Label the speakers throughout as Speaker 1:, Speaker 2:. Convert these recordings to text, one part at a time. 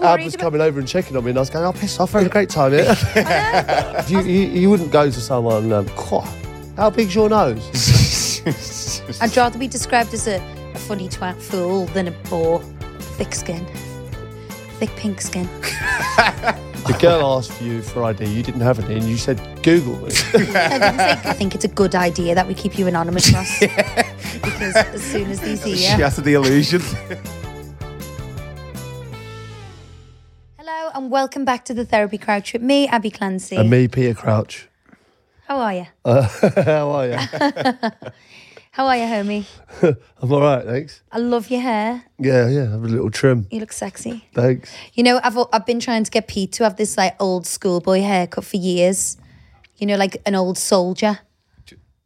Speaker 1: Ab was coming over and checking on me, and I was going, "Oh, piss off! Having a great time here." If you, you, you wouldn't go to someone. Um, "Quah, how big's your nose?
Speaker 2: I'd rather be described as a, a funny twat fool than a bore. Thick skin. Thick pink skin.
Speaker 1: The girl asked you for ID. You didn't have any, and you said Google it.
Speaker 2: I, didn't think, I think it's a good idea that we keep you anonymous, Ross. because as soon as they see you.
Speaker 3: Shatter the illusion.
Speaker 2: Hello and welcome back to the Therapy Crouch with me, Abby Clancy.
Speaker 1: and me, Peter Crouch.
Speaker 2: How are you?
Speaker 1: Uh, how are you?
Speaker 2: How are you, homie?
Speaker 1: I'm all right, thanks.
Speaker 2: I love your hair.
Speaker 1: Yeah, yeah. Have a little trim.
Speaker 2: You look sexy.
Speaker 1: Thanks.
Speaker 2: You know, I've I've been trying to get Pete to have this like old schoolboy haircut for years. You know, like an old soldier.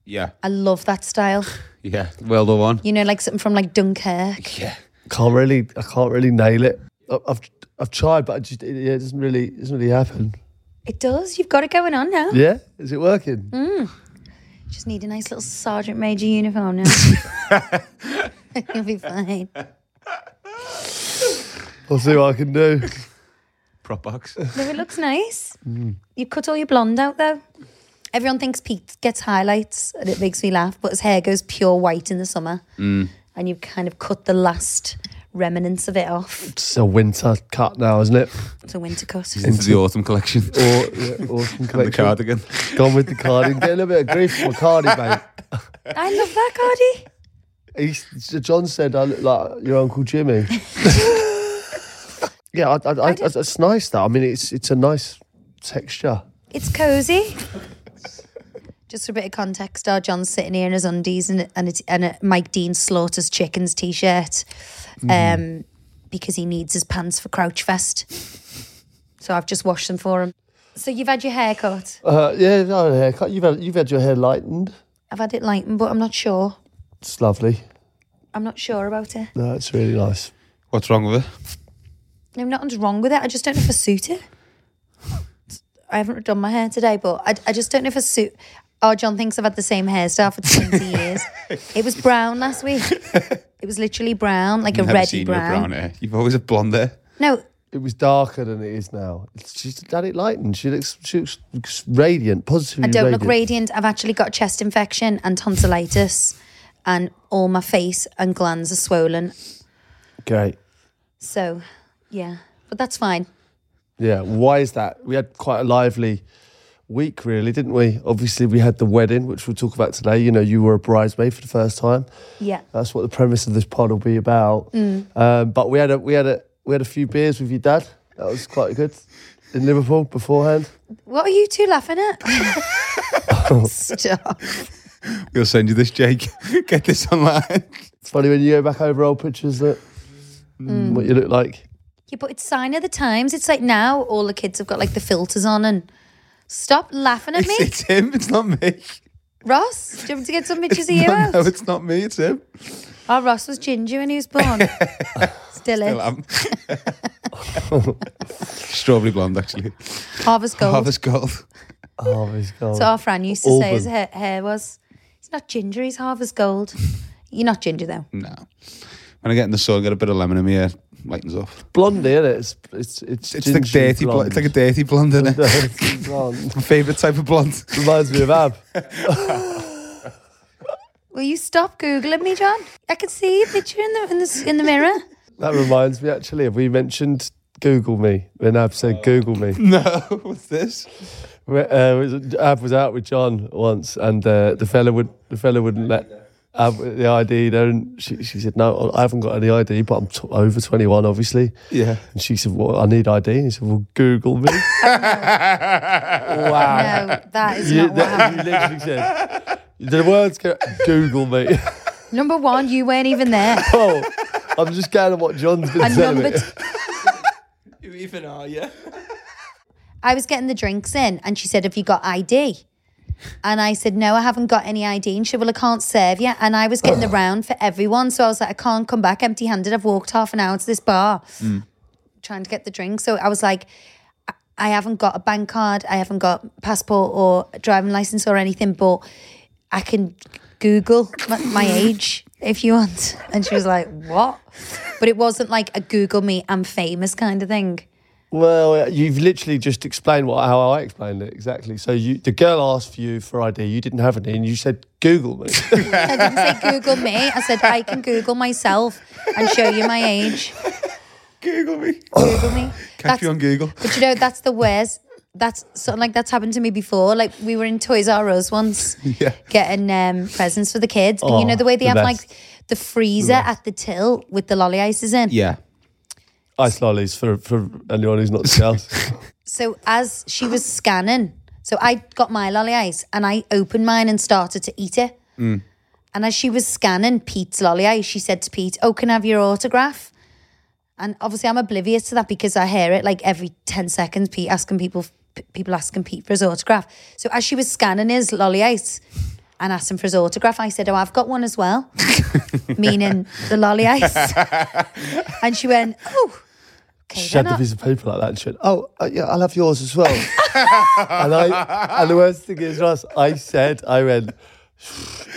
Speaker 3: yeah,
Speaker 2: I love that style.
Speaker 3: yeah. Well done one.
Speaker 2: You know, like something from like Dunkirk.
Speaker 3: Yeah.
Speaker 1: Can't really, I can't really nail it. I- I've, I've tried, but I just, it, yeah, it doesn't really, it doesn't really happen.
Speaker 2: It does. You've got it going on now.
Speaker 1: Yeah, is it working?
Speaker 2: Just need a nice little sergeant major uniform now. You'll be fine.
Speaker 1: I'll see what I can do.
Speaker 3: Prop box.
Speaker 2: No, it looks nice. You cut all your blonde out though. Everyone thinks Pete gets highlights, and it makes me laugh. But his hair goes pure white in the summer, and you've kind of cut the last remnants of it off.
Speaker 1: It's a winter cut now, isn't it?
Speaker 2: It's a winter cut.
Speaker 3: Into the autumn collection.
Speaker 1: Or yeah, autumn
Speaker 3: and the
Speaker 1: collection.
Speaker 3: cardigan.
Speaker 1: Gone with the cardigan. Getting a bit of grief from Cardi, mate.
Speaker 2: I love that, Cardi.
Speaker 1: He's, so John said, "I look like your uncle Jimmy." yeah, I, I, I, it's nice. That I mean, it's it's a nice texture.
Speaker 2: It's cozy. Just for a bit of context, our John's sitting here in his undies and and, it's, and a Mike Dean slaughters chickens t-shirt, um, because he needs his pants for Crouch Fest. So I've just washed them for him. So you've had your hair cut.
Speaker 1: Uh, yeah, I had a haircut. You've had you've had your hair lightened.
Speaker 2: I've had it lightened, but I'm not sure.
Speaker 1: It's lovely.
Speaker 2: I'm not sure about it.
Speaker 1: No, it's really nice.
Speaker 3: What's wrong with it?
Speaker 2: No, nothing's wrong with it. I just don't know if I suit it. I haven't done my hair today, but I, I just don't know if I suit. Oh, John thinks I've had the same hairstyle for 20 years. It was brown last week. It was literally brown, like a
Speaker 3: Never
Speaker 2: reddy
Speaker 3: seen
Speaker 2: brown.
Speaker 3: your brown hair. You've always had blonde hair.
Speaker 2: No,
Speaker 1: It was darker than it is now. It's- She's had it lightened. She looks she looks, looks radiant, positively.
Speaker 2: I don't
Speaker 1: radiant.
Speaker 2: look radiant. I've actually got a chest infection and tonsillitis, and all my face and glands are swollen.
Speaker 1: Great.
Speaker 2: So, yeah, but that's fine.
Speaker 1: Yeah. Why is that? We had quite a lively week, really, didn't we? Obviously, we had the wedding, which we'll talk about today. You know, you were a bridesmaid for the first time.
Speaker 2: Yeah.
Speaker 1: That's what the premise of this pod will be about. Um, but we had a we had a we had a few beers with your dad. That was quite good in Liverpool beforehand.
Speaker 2: What are you two laughing at? Stop.
Speaker 3: We'll send you this, Jake. Get this online.
Speaker 1: It's funny when you go back over old pictures that Mm. what you look like.
Speaker 2: Yeah, but it's sign of the times. It's like now all the kids have got like the filters on and stop laughing at me.
Speaker 3: It's, it's him. It's not me.
Speaker 2: Ross, do you want to get some pictures of you
Speaker 3: No, no,
Speaker 2: out?
Speaker 3: it's not me. It's him.
Speaker 2: Oh, Ross was ginger when he was born. Still
Speaker 3: Still
Speaker 2: is.
Speaker 3: am. Strawberry blonde, actually.
Speaker 2: Harvest gold.
Speaker 3: Harvest gold.
Speaker 1: Oh my god!
Speaker 2: So uh, our Fran used to say his
Speaker 1: Auburn.
Speaker 2: hair, hair was, it's not ginger, he's harvest gold. You're not ginger though.
Speaker 3: No. When I get in the sun, get a bit of lemon in my hair, lightens off.
Speaker 1: blondie, isn't it? It's it's it's,
Speaker 3: It's the
Speaker 1: gingery
Speaker 3: dirty blonde.
Speaker 1: blonde.
Speaker 3: It's like a dirty blonde, isn't it?
Speaker 1: Dirty blonde.
Speaker 3: My favourite type of blonde.
Speaker 1: Reminds me of Ab.
Speaker 2: Will you stop googling me, John? I can see your picture in the in the, s- in the mirror.
Speaker 1: That reminds me, actually, have we mentioned Google Me? When Ab said Google Me.
Speaker 3: No, what's this?
Speaker 1: We- Uh, was- Ab was out with John once, and uh, the fella would the fella wouldn't let Ab the ID. There, and she she said, "No, I haven't got any ID, but I'm t- over 21, obviously."
Speaker 3: Yeah.
Speaker 1: And she said, "Well, I need ID." And he said, "Well, Google me." wow.
Speaker 2: No, that is
Speaker 1: You,
Speaker 2: not what
Speaker 1: that,
Speaker 2: happened.
Speaker 1: you literally said the words. Go, Google me.
Speaker 2: Number one, you weren't even there.
Speaker 1: oh, I'm just going on what John's been
Speaker 2: And
Speaker 1: telling
Speaker 2: number
Speaker 1: me.
Speaker 2: two,
Speaker 3: You even are, yeah.
Speaker 2: I was getting the drinks in, and she said, "Have you got ID?" And I said, "No, I haven't got any ID." And she, said, "Well, I can't serve you." And I was getting the round for everyone, so I was like, "I can't come back empty-handed. I've walked half an hour to this bar, trying to get the drink." So I was like. "I- I haven't got a bank card, I haven't got passport or driving license or anything, but I can Google my, my age if you want. And she was like, What? But it wasn't like a Google me, I'm famous kind of thing.
Speaker 1: Well, uh, you've literally just explained what how I explained it exactly. So you, the girl asked for you for ID. You didn't have any, and you said Google me.
Speaker 2: I didn't say Google me. I said I can Google myself and show you my age.
Speaker 3: Google me.
Speaker 2: Google me.
Speaker 3: Catch you on Google.
Speaker 2: But you know, that's the worst. That's something like that's happened to me before. Like we were in Toys R Us once,
Speaker 3: Yeah.
Speaker 2: getting um, presents for the kids. And
Speaker 1: Oh,
Speaker 2: you know the way they
Speaker 1: the
Speaker 2: have
Speaker 1: best.
Speaker 2: like the freezer at the till with the lolly ices in.
Speaker 3: Yeah.
Speaker 1: Ice lollies for, for anyone who's not Scouse.
Speaker 2: So as she was scanning, so I got my lolly ice and I opened mine and started to eat it. And as she was scanning Pete's lolly ice, she said to Pete, "Oh, can I have your autograph?" And obviously, I'm oblivious to that because I hear it like every ten seconds. Pete asking people, p- people asking Pete for his autograph. So as she was scanning his lolly ice and asking for his autograph, I said, "Oh, I've got one as well," meaning the lolly ice. and she went, "Oh, okay."
Speaker 1: she
Speaker 2: then
Speaker 1: had the
Speaker 2: I'll-
Speaker 1: piece of paper like that and she went, Oh, uh, yeah, I'll have yours as well. and I and the worst thing is, Ross, I said, I went,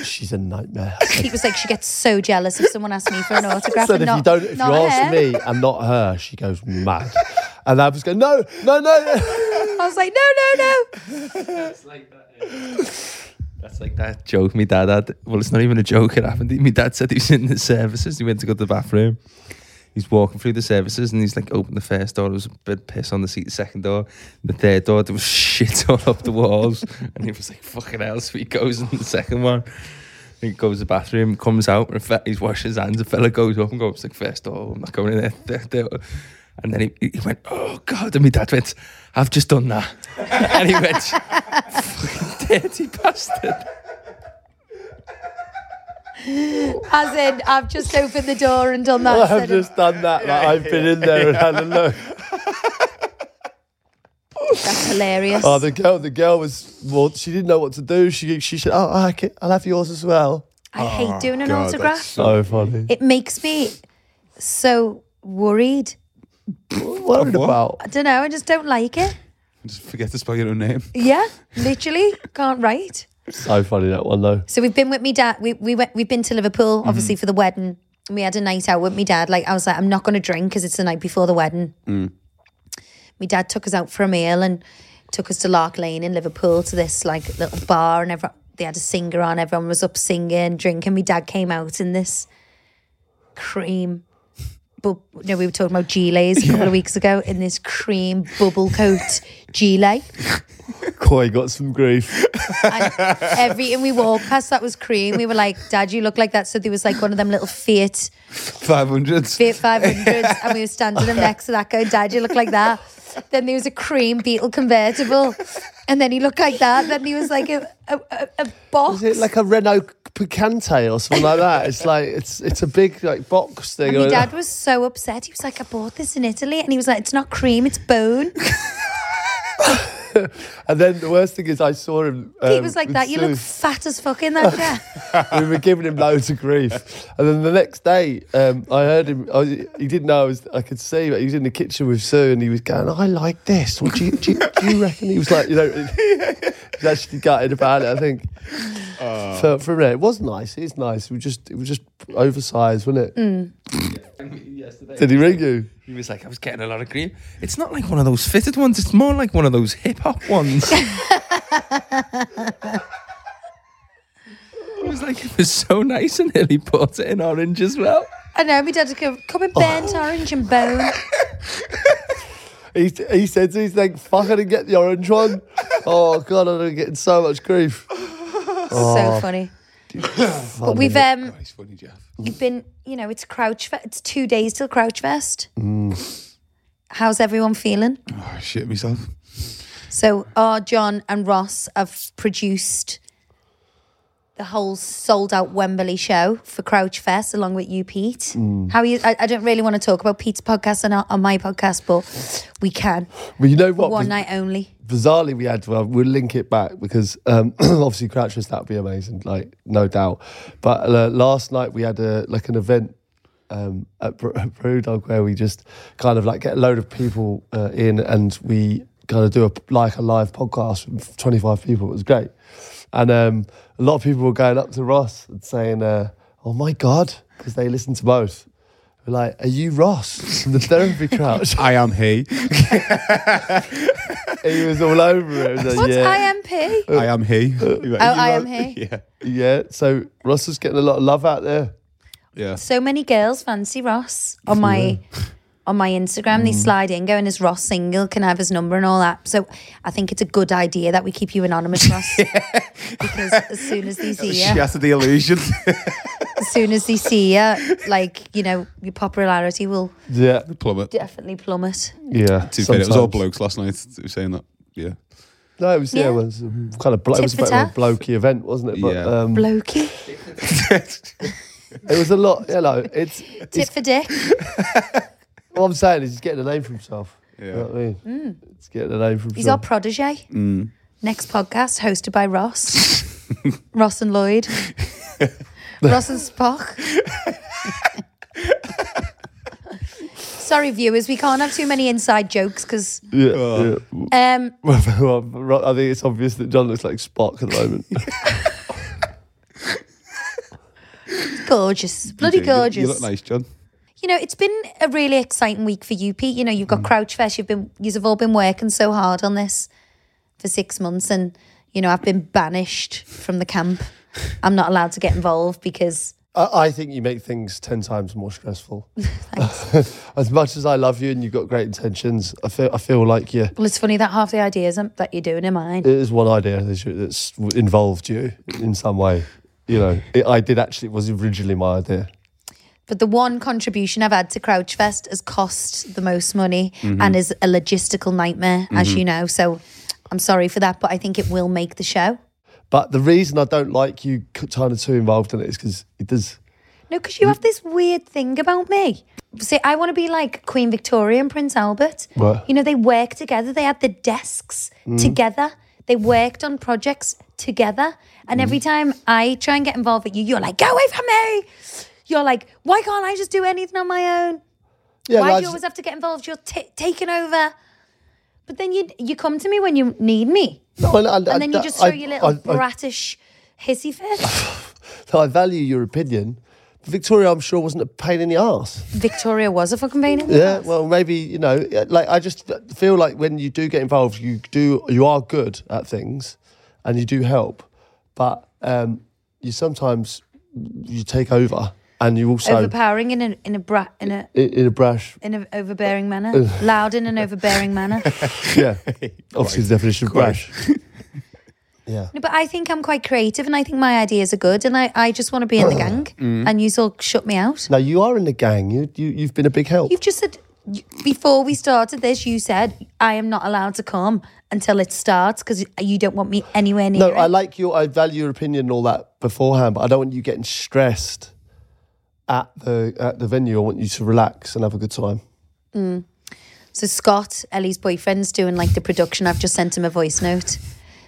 Speaker 1: She's a nightmare.
Speaker 2: Pete was like, she gets so jealous if someone asks me for an autograph.
Speaker 1: So
Speaker 2: and
Speaker 1: if
Speaker 2: not,
Speaker 1: you don't if you
Speaker 2: not
Speaker 1: ask
Speaker 2: her.
Speaker 1: me and not her, she goes mad. And I was going, No, no, no.
Speaker 2: I was like, no, no, no.
Speaker 4: That's like that joke my dad had. Well, it's not even a joke. It happened. My dad said he was in the services. He went to go to the bathroom. He's walking through the services and he's like, open the first door. There was a bit of piss on the seat. The second door, the third door, there was shit all up the walls. and he was like, fucking hell. So he goes in the second one. He goes to the bathroom, comes out, and a fe- he's washing his hands. A fella goes up and goes, like, first door, I'm not going in there. Third door. And then he, he went, oh God. And my dad went, I've just done that. and he went, fucking dirty bastard.
Speaker 2: As in, I've just opened the door and done that.
Speaker 1: I've
Speaker 2: instead of-
Speaker 1: just done that. Like, I've been in there and had a look.
Speaker 2: That's hilarious.
Speaker 1: Oh, the girl, the girl was well, she didn't know what to do. She she said, Oh, I can, I'll have yours as well. Oh,
Speaker 2: I hate doing an autograph.
Speaker 1: So funny.
Speaker 2: It makes me so worried.
Speaker 1: What worried about?
Speaker 2: I don't know. I just don't like it.
Speaker 3: Just forget to spell your own name.
Speaker 2: Yeah, literally can't write.
Speaker 1: So funny that one though.
Speaker 2: So we've been with me dad. We we went. We've been to Liverpool, obviously for the wedding. And We had a night out with me dad. Like I was like, I'm not going to drink because it's the night before the wedding. My dad took us out for a meal and took us to Lark Lane in Liverpool to this like little bar, and everyone they had a singer on. Everyone was up singing, drinking. My dad came out in this cream. But you know, we were talking about gilets a couple of weeks ago in this cream bubble coat gilet.
Speaker 1: Coy got some grief.
Speaker 2: And everything we walked past that was cream. We were like, Dad, you look like that. So there was like one of them little Fiat,
Speaker 3: 500.
Speaker 2: Fiat 500s. And we were standing them next to that, going, Dad, you look like that. Then there was a cream Beetle convertible. And then he looked like that. Then he was like a, a, a, a box.
Speaker 1: Is it like a Renault Picante or something like that? It's like it's it's a big like box thing.
Speaker 2: and my
Speaker 1: or-
Speaker 2: dad was so upset. He was like, I bought this in Italy. And he was like, it's not cream, it's bone.
Speaker 1: And then the worst thing is, I saw him.
Speaker 2: He
Speaker 1: um, Oh.
Speaker 2: was like
Speaker 1: with
Speaker 2: that. You look
Speaker 1: Sue.
Speaker 2: fat as fuck in that chair.
Speaker 1: we were giving him loads of grief, and then the next day, um, I heard him. I was, he didn't know I was. I could see, but he was in the kitchen with Sue, and he was going, "I like this. What do you do? You, do you reckon?" He was like, you know, he's actually gutted about it. I think. For, for real, it was nice. It is nice. It was just it was just oversized, wasn't it?
Speaker 4: yesterday.
Speaker 1: Did he ring you?
Speaker 4: He was like, I was getting a lot of grief. It's not like one of those fitted ones. It's more like one of those hip hop ones. He was like, like it was so nice and Hilly put it in orange as well.
Speaker 2: I know, my dad would go, come and burnt
Speaker 1: Oh.
Speaker 2: orange and bone.
Speaker 1: He, he said to me, he's like, fuck, I didn't get the orange one. oh, God, I'm getting so much grief. Oh.
Speaker 2: So funny. but we've um,
Speaker 3: He's funny, Jeff.
Speaker 2: you've been, you know, it's Crouch. Fe- It's two days till Crouch Fest. How's everyone feeling?
Speaker 3: Oh, shit myself.
Speaker 2: So, our John and Ross have produced the whole sold out Wembley show for Crouch Fest, along with you, Pete. How are you? I, I don't really want to talk about Pete's podcast and our, on my podcast, but we can.
Speaker 1: Well, you know
Speaker 2: For
Speaker 1: what?
Speaker 2: one
Speaker 1: Biz-
Speaker 2: night only.
Speaker 1: bizarrely we had to have, we'll link it back because um, obviously Crouchers that would be amazing like no doubt but uh, last night we had a like an event um, at, Bre- at Brewdog where we just kind of like get a load of people uh, in and we kind of do a like a live podcast with 25 people it was great and um, a lot of people were going up to Ross and saying uh, oh my god because they listen to both We're like are you Ross from the therapy crouch
Speaker 3: I am he.
Speaker 1: he was all over it, It was like,
Speaker 2: What's
Speaker 1: yeah.
Speaker 2: IMP?
Speaker 3: I am he. oh,
Speaker 2: I am he?
Speaker 3: Yeah.
Speaker 1: Yeah, so Russell's getting a lot of love out there.
Speaker 3: Yeah.
Speaker 2: So many girls fancy Ross on my on my Instagram. They slide in, going, "Is Ross single? Can I have his number and all that?" So I think it's a good idea that we keep you anonymous, Ross, because as soon as they see you,
Speaker 3: Shatter the illusion.
Speaker 2: as soon as they see you, like you know, your popularity will
Speaker 1: Yeah,
Speaker 3: Plummet.
Speaker 2: definitely plummet.
Speaker 1: yeah.
Speaker 3: To be fair, it was all
Speaker 1: sometimes.
Speaker 3: blokes last night who were saying that. Yeah.
Speaker 1: No, it was yeah,
Speaker 2: Yeah.
Speaker 1: it was um, kind of blo- it
Speaker 2: Tit
Speaker 1: was a
Speaker 2: for
Speaker 1: bit of a
Speaker 2: tat.
Speaker 1: blokey event, wasn't it? But
Speaker 3: Yeah.
Speaker 1: um,
Speaker 2: Blokey,
Speaker 1: it was a lot. You know, it's,
Speaker 2: tit
Speaker 1: it's
Speaker 2: for dick.
Speaker 1: what I'm saying is he's getting a name for himself. You
Speaker 3: Yeah.
Speaker 1: know what I mean? He's getting a name for himself.
Speaker 2: Mm. He's our protege.
Speaker 3: Mm.
Speaker 2: Next podcast hosted by Ross, Ross and Lloyd, Ross and Spock. Sorry, viewers, we can't have too many inside jokes because
Speaker 1: yeah,
Speaker 3: Oh.
Speaker 1: yeah.
Speaker 2: um,
Speaker 1: Well, Ro- I think it's obvious that John looks like Spock at the moment.
Speaker 2: gorgeous, bloody
Speaker 3: You do. You-
Speaker 2: gorgeous.
Speaker 3: You look nice, John.
Speaker 2: you know, it's been a really exciting week for you, Pete. You know, you've
Speaker 3: Mm.
Speaker 2: got Crouch Fest. You've been, you've all been working so hard on this for six months, and you know, I've been banished from the camp. I'm not allowed to get involved because
Speaker 1: I, I think you make things ten times more stressful. as much as I love you and you've got great intentions, I feel I feel like you.
Speaker 2: Well, it's funny that half the ideas um, that you're doing are mine.
Speaker 1: it is one idea that's- that's involved you in some way. You know, it, I did actually, it was originally my idea.
Speaker 2: But the one contribution I've had to Crouchfest has cost the most money and is a logistical nightmare, as you know. So I'm sorry for that, but I think it will make the show.
Speaker 1: But the reason I don't like you c- kind of too involved in it is because it does.
Speaker 2: No, because you have this weird thing about me. See, I want to be like Queen Victoria and Prince Albert.
Speaker 1: What?
Speaker 2: You know, they work together. They had the desks together. They worked on projects together. And every time I try and get involved with you, you're like, "Go away from me!" You're like, "Why can't I just do anything on my own?
Speaker 1: Yeah,
Speaker 2: Why
Speaker 1: like,
Speaker 2: do you always have to get involved? You're t- taking over." But then you you come to me when you need me,
Speaker 1: no, I- I- I-
Speaker 2: and then you
Speaker 1: I-
Speaker 2: just throw your little
Speaker 1: I- I-
Speaker 2: bratish hissy fit.
Speaker 1: I value your opinion. But Victoria, I'm sure, wasn't a pain in the ass.
Speaker 2: Victoria was a fucking pain in the
Speaker 1: Yeah,
Speaker 2: ass.
Speaker 1: well, maybe you know, yeah, like I just feel like when you do get involved, you do you are good at things, and you do help, but um, you sometimes you take over, and you also
Speaker 2: overpowering in a in a bra, in a
Speaker 1: in, in a brash
Speaker 2: in an overbearing manner, loud in an overbearing manner.
Speaker 1: Yeah. Obviously, the definition of brash. yeah.
Speaker 2: No, but I think I'm quite creative, and I think my ideas are good, and I, I just want to be in the gang, and you all shut me out.
Speaker 1: Now, you are in the gang. You, you, you've been a big help.
Speaker 2: You've just said you- before we started this, you said I am not allowed to come until it starts because you don't want me anywhere near.
Speaker 1: no,
Speaker 2: it.
Speaker 1: I like your, I value your opinion and all that beforehand, but I don't want you getting stressed at the at the venue. I want you to relax and have a good time.
Speaker 2: So Scott, Ellie's boyfriend's doing like the production. I've just sent him a voice note.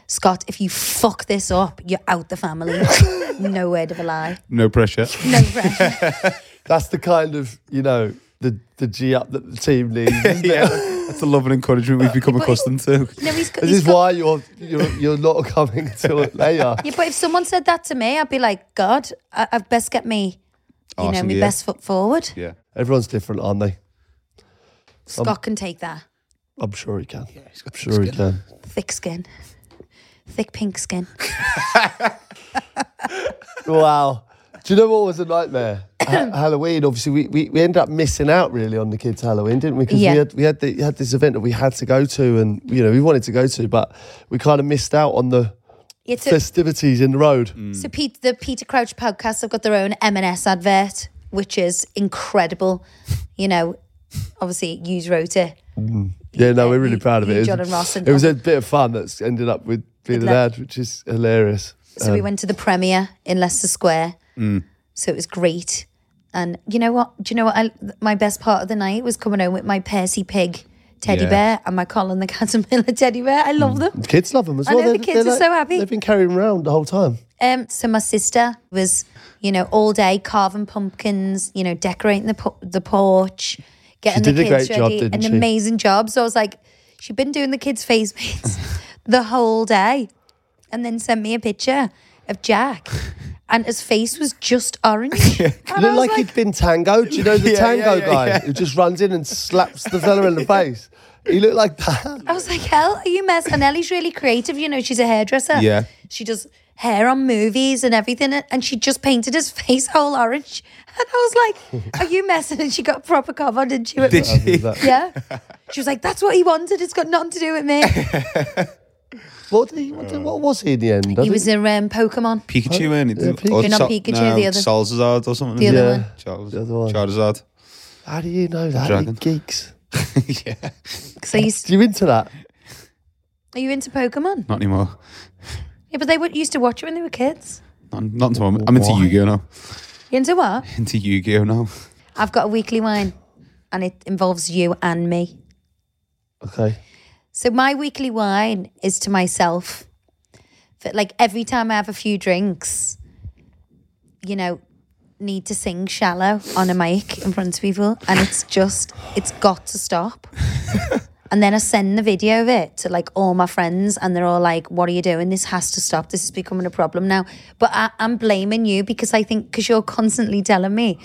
Speaker 2: Scott, if you fuck this up, you're out the family. no word of a lie.
Speaker 3: No pressure.
Speaker 2: No pressure.
Speaker 1: That's the kind of, you know, the, the G up that the team needs. isn't it?
Speaker 3: yeah. That's the love and encouragement we've become accustomed to.
Speaker 2: No, he's,
Speaker 1: This
Speaker 2: he's
Speaker 1: is
Speaker 2: got-
Speaker 1: why you're, you're, you're not coming to it later.
Speaker 2: Yeah, but if someone said that to me, I'd be like, God, I- I've best get me, you
Speaker 3: Arse
Speaker 2: know,
Speaker 3: in
Speaker 2: my
Speaker 3: the air.
Speaker 2: best foot forward.
Speaker 3: Yeah.
Speaker 1: Everyone's different, aren't they?
Speaker 2: Scott can take that.
Speaker 1: I'm sure he can. I'm sure he can.
Speaker 2: Thick skin, thick pink skin.
Speaker 1: Wow. Do you know what was a nightmare? Ha- Halloween. Obviously, we, we, we ended up missing out really on the kids' Halloween, didn't we? Because
Speaker 2: Yeah.
Speaker 1: we had we had, the, had this event that we had to go to, and you know we wanted to go to, but we kind of missed out on the
Speaker 2: Yeah, so,
Speaker 1: festivities in the road.
Speaker 2: so Pete, the Peter Crouch podcast have got their own M&S advert, which is incredible. You know, obviously, you wrote it.
Speaker 1: Yeah, no,
Speaker 2: Yeah,
Speaker 1: we're really
Speaker 2: you-
Speaker 1: proud of
Speaker 2: you,
Speaker 1: it.
Speaker 2: John and Ross, and-
Speaker 1: it was a bit of fun that's ended up with being an
Speaker 2: Like-
Speaker 1: ad, which is hilarious.
Speaker 2: So we went to the premiere in Leicester Square. So it was great. And you know what? Do you know what? I, my best part of the night was coming home with my Percy Pig teddy
Speaker 3: Yeah.
Speaker 2: bear and my Colin the Caterpillar teddy bear. I love them.
Speaker 1: The kids love them as
Speaker 2: I
Speaker 1: well.
Speaker 2: know, the
Speaker 1: They're-
Speaker 2: kids
Speaker 1: they're
Speaker 2: are so happy.
Speaker 1: They've been carrying 'em around the whole time.
Speaker 2: Um, so my sister was, you know, all day carving pumpkins, you know, decorating the po- the porch, getting
Speaker 1: did
Speaker 2: the
Speaker 1: a
Speaker 2: kids
Speaker 1: great job,
Speaker 2: ready,
Speaker 1: didn't
Speaker 2: an
Speaker 1: she?
Speaker 2: amazing job. So I was like, she'd been doing the kids' face paints the whole day, and then sent me a picture of Jack, and his face was just orange.
Speaker 1: It
Speaker 2: And I
Speaker 1: looked
Speaker 2: was
Speaker 1: like, he'd been tangoed. Do you know the
Speaker 3: Yeah,
Speaker 1: tango
Speaker 3: yeah, yeah,
Speaker 1: guy
Speaker 3: yeah.
Speaker 1: who just runs in and slaps the fella in the face? He looked like that.
Speaker 2: I was like, hell, are you mess? And Ellie's really creative, you know, she's a hairdresser.
Speaker 3: Yeah.
Speaker 2: She does hair on movies and everything. And she just painted his face whole orange. And I was like, are you messing? And she got proper covered, didn't she?
Speaker 4: Did she?
Speaker 2: Yeah. She was like, that's what he wanted. It's got nothing to do with me.
Speaker 1: What, did he, what, did- what was he in the end? I
Speaker 2: he
Speaker 1: think-
Speaker 2: was a um, Pokemon.
Speaker 3: Pikachu, weren't he?
Speaker 1: Yeah, Pikachu.
Speaker 3: Or
Speaker 2: Not
Speaker 3: Sol-
Speaker 2: Pikachu,
Speaker 3: no,
Speaker 2: the other-
Speaker 3: Salzazard or something.
Speaker 2: The other one.
Speaker 3: Charles,
Speaker 1: The other one.
Speaker 3: Charizard.
Speaker 1: How do you know that?
Speaker 3: Dragon.
Speaker 1: You geeks.
Speaker 3: yeah.
Speaker 2: Because I used
Speaker 1: Do you into that?
Speaker 2: are you into Pokemon?
Speaker 3: Not anymore.
Speaker 2: Yeah, but they would, used to watch it when they were kids.
Speaker 3: Not, not until I'm, I'm into
Speaker 1: Why?
Speaker 3: Yu-Gi-Oh now.
Speaker 2: You into what?
Speaker 3: Into Yu-Gi-Oh now.
Speaker 2: I've got a weekly wine and it involves you and me.
Speaker 1: Okay.
Speaker 2: So my weekly wine is to myself. But like every time I have a few drinks, you know, need to sing shallow on a mic in front of people. And it's just, it's got to stop. and then I send the video of it to like all my friends and they're all like, what are you doing? This has to stop. This is becoming a problem now. But I, I'm blaming you because I think, because you're constantly telling me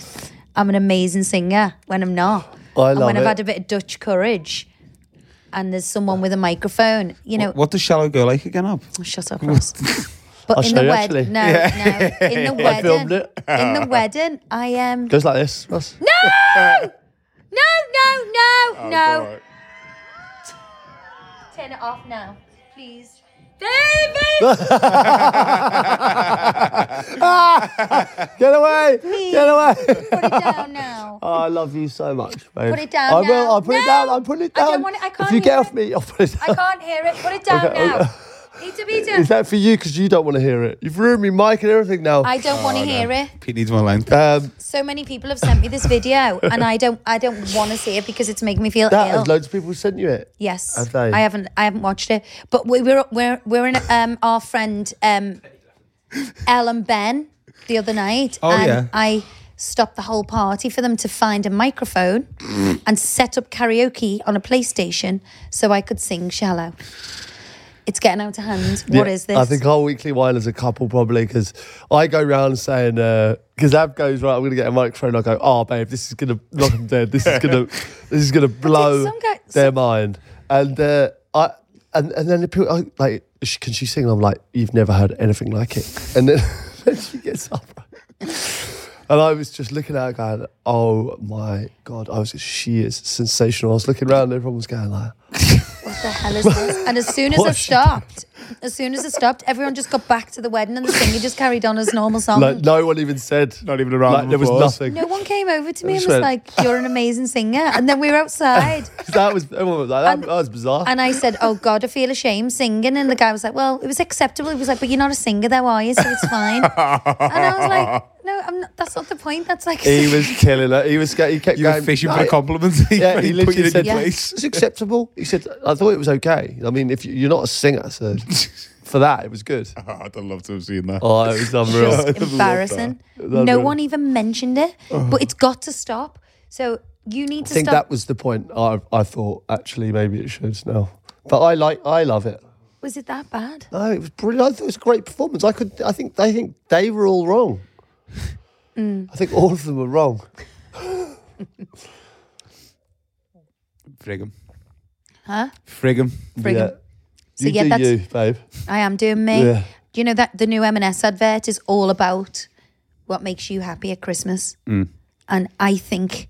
Speaker 2: I'm an amazing singer when I'm not.
Speaker 1: I
Speaker 2: and
Speaker 1: love
Speaker 2: when I've
Speaker 1: it.
Speaker 2: had a bit of Dutch courage and there's someone with a microphone, you know,
Speaker 3: What does Shallow Go like again, up?
Speaker 2: shut up, Ross. But
Speaker 1: I'll
Speaker 2: in
Speaker 1: show
Speaker 2: the
Speaker 1: you,
Speaker 2: wedding,
Speaker 1: actually.
Speaker 2: no, no, in the
Speaker 1: I filmed
Speaker 2: wedding,
Speaker 1: it. Ah.
Speaker 2: in the wedding, I am. Um,
Speaker 1: Goes like this. Ross.
Speaker 2: no, no,
Speaker 1: Oh,
Speaker 2: no, no. Turn it off now, please. David,
Speaker 1: Get away! Get away!
Speaker 2: put it down now.
Speaker 1: Oh, I love you so much, babe.
Speaker 2: Put it down
Speaker 1: I will.
Speaker 2: now.
Speaker 1: I'll put it
Speaker 2: No!
Speaker 1: down. I'll put it
Speaker 2: I
Speaker 1: down.
Speaker 2: don't want it- I can't
Speaker 1: if you get
Speaker 2: hear
Speaker 1: off
Speaker 2: it.
Speaker 1: me, I'll put it
Speaker 2: I
Speaker 1: down.
Speaker 2: can't hear it. Put it down
Speaker 1: Okay,
Speaker 2: now.
Speaker 1: okay.
Speaker 2: Need to be
Speaker 1: Is
Speaker 2: done.
Speaker 1: that for you? Because you don't want to hear it. You've ruined me, mic and everything now.
Speaker 2: I don't
Speaker 1: Oh,
Speaker 2: want to hear it.
Speaker 3: Pete needs more length.
Speaker 1: um,
Speaker 2: So many people have sent me this video, and I don't, I don't want to see it because it's making me feel
Speaker 1: that
Speaker 2: ill.
Speaker 1: has loads of people sent you it.
Speaker 2: Yes,
Speaker 1: Have they?
Speaker 2: I haven't. I haven't watched it, but we were we're we're in um our friend um Elle and Ben the other night,
Speaker 4: Oh,
Speaker 2: and
Speaker 4: yeah.
Speaker 2: I stopped the whole party for them to find a microphone and set up karaoke on a PlayStation so I could sing "Shallow." It's getting out of hand. What
Speaker 1: Yeah,
Speaker 2: is this?
Speaker 1: I think our weekly wine as a couple probably because I go round saying because Ab goes right. I'm gonna get a microphone. I go, oh babe, this is gonna knock them dead. This is gonna this is gonna blow
Speaker 2: some guy-
Speaker 1: their mind. And uh, I and and then the people I, like, "Sh- can she sing? I'm like, you've never heard anything like it. And then, then she gets up. And I was just looking at her going, oh my God, I was she is sensational. I was looking around and everyone was going like,
Speaker 2: what the hell is this? And as soon as
Speaker 1: What
Speaker 2: I
Speaker 1: has she
Speaker 2: stopped, as soon as I stopped, everyone just got back to the wedding, and the singer just carried on his normal song.
Speaker 1: like no one even said,
Speaker 3: Not even a round
Speaker 1: like,
Speaker 3: of
Speaker 1: there was
Speaker 3: applause.
Speaker 1: nothing.
Speaker 2: no one came over to me and
Speaker 1: That's
Speaker 2: was
Speaker 1: right.
Speaker 2: like, "You're an amazing singer." And then we were outside,
Speaker 1: that was everyone was like that, that was bizarre.
Speaker 2: And I said, Oh God, I feel ashamed singing. And the guy was like, Well, it was acceptable. He was like, But you're not a singer though, are you? So it's fine. and I was like, No, I'm not, that's not the point. That's like,
Speaker 1: he was killing it. He was sca- he kept
Speaker 3: You
Speaker 1: going.
Speaker 3: were fishing
Speaker 1: "No,
Speaker 3: for a compliment.
Speaker 1: Yeah, he
Speaker 3: put you
Speaker 1: literally
Speaker 3: in
Speaker 1: said
Speaker 3: your
Speaker 2: Yeah.
Speaker 3: place.
Speaker 1: it's acceptable. He said I thought it was okay. I mean, if you, you're not a singer, so for that it was good.
Speaker 3: Oh, I'd love to have seen that.
Speaker 1: Oh, it was unreal.
Speaker 2: just embarrassing. No one even mentioned it, but it's got to stop. So you need
Speaker 1: I
Speaker 2: to
Speaker 1: think
Speaker 2: stop.
Speaker 1: that was the point. I I thought actually maybe it should now, but I like I love it.
Speaker 2: was it that bad?
Speaker 1: No, it was brilliant. I thought it was a great performance. I could I think I think they were all wrong.
Speaker 2: Mm.
Speaker 1: I think all of them were wrong.
Speaker 3: Friggum.
Speaker 2: Huh?
Speaker 3: Friggum.
Speaker 2: Friggin'.
Speaker 1: Yeah.
Speaker 2: So
Speaker 1: you
Speaker 2: yeah,
Speaker 1: do
Speaker 2: that's-
Speaker 1: you, babe.
Speaker 2: I am doing me.
Speaker 1: Yeah.
Speaker 2: Do you know that the new M&S advert is all about what makes you happy at Christmas?
Speaker 1: Mm.
Speaker 2: And I think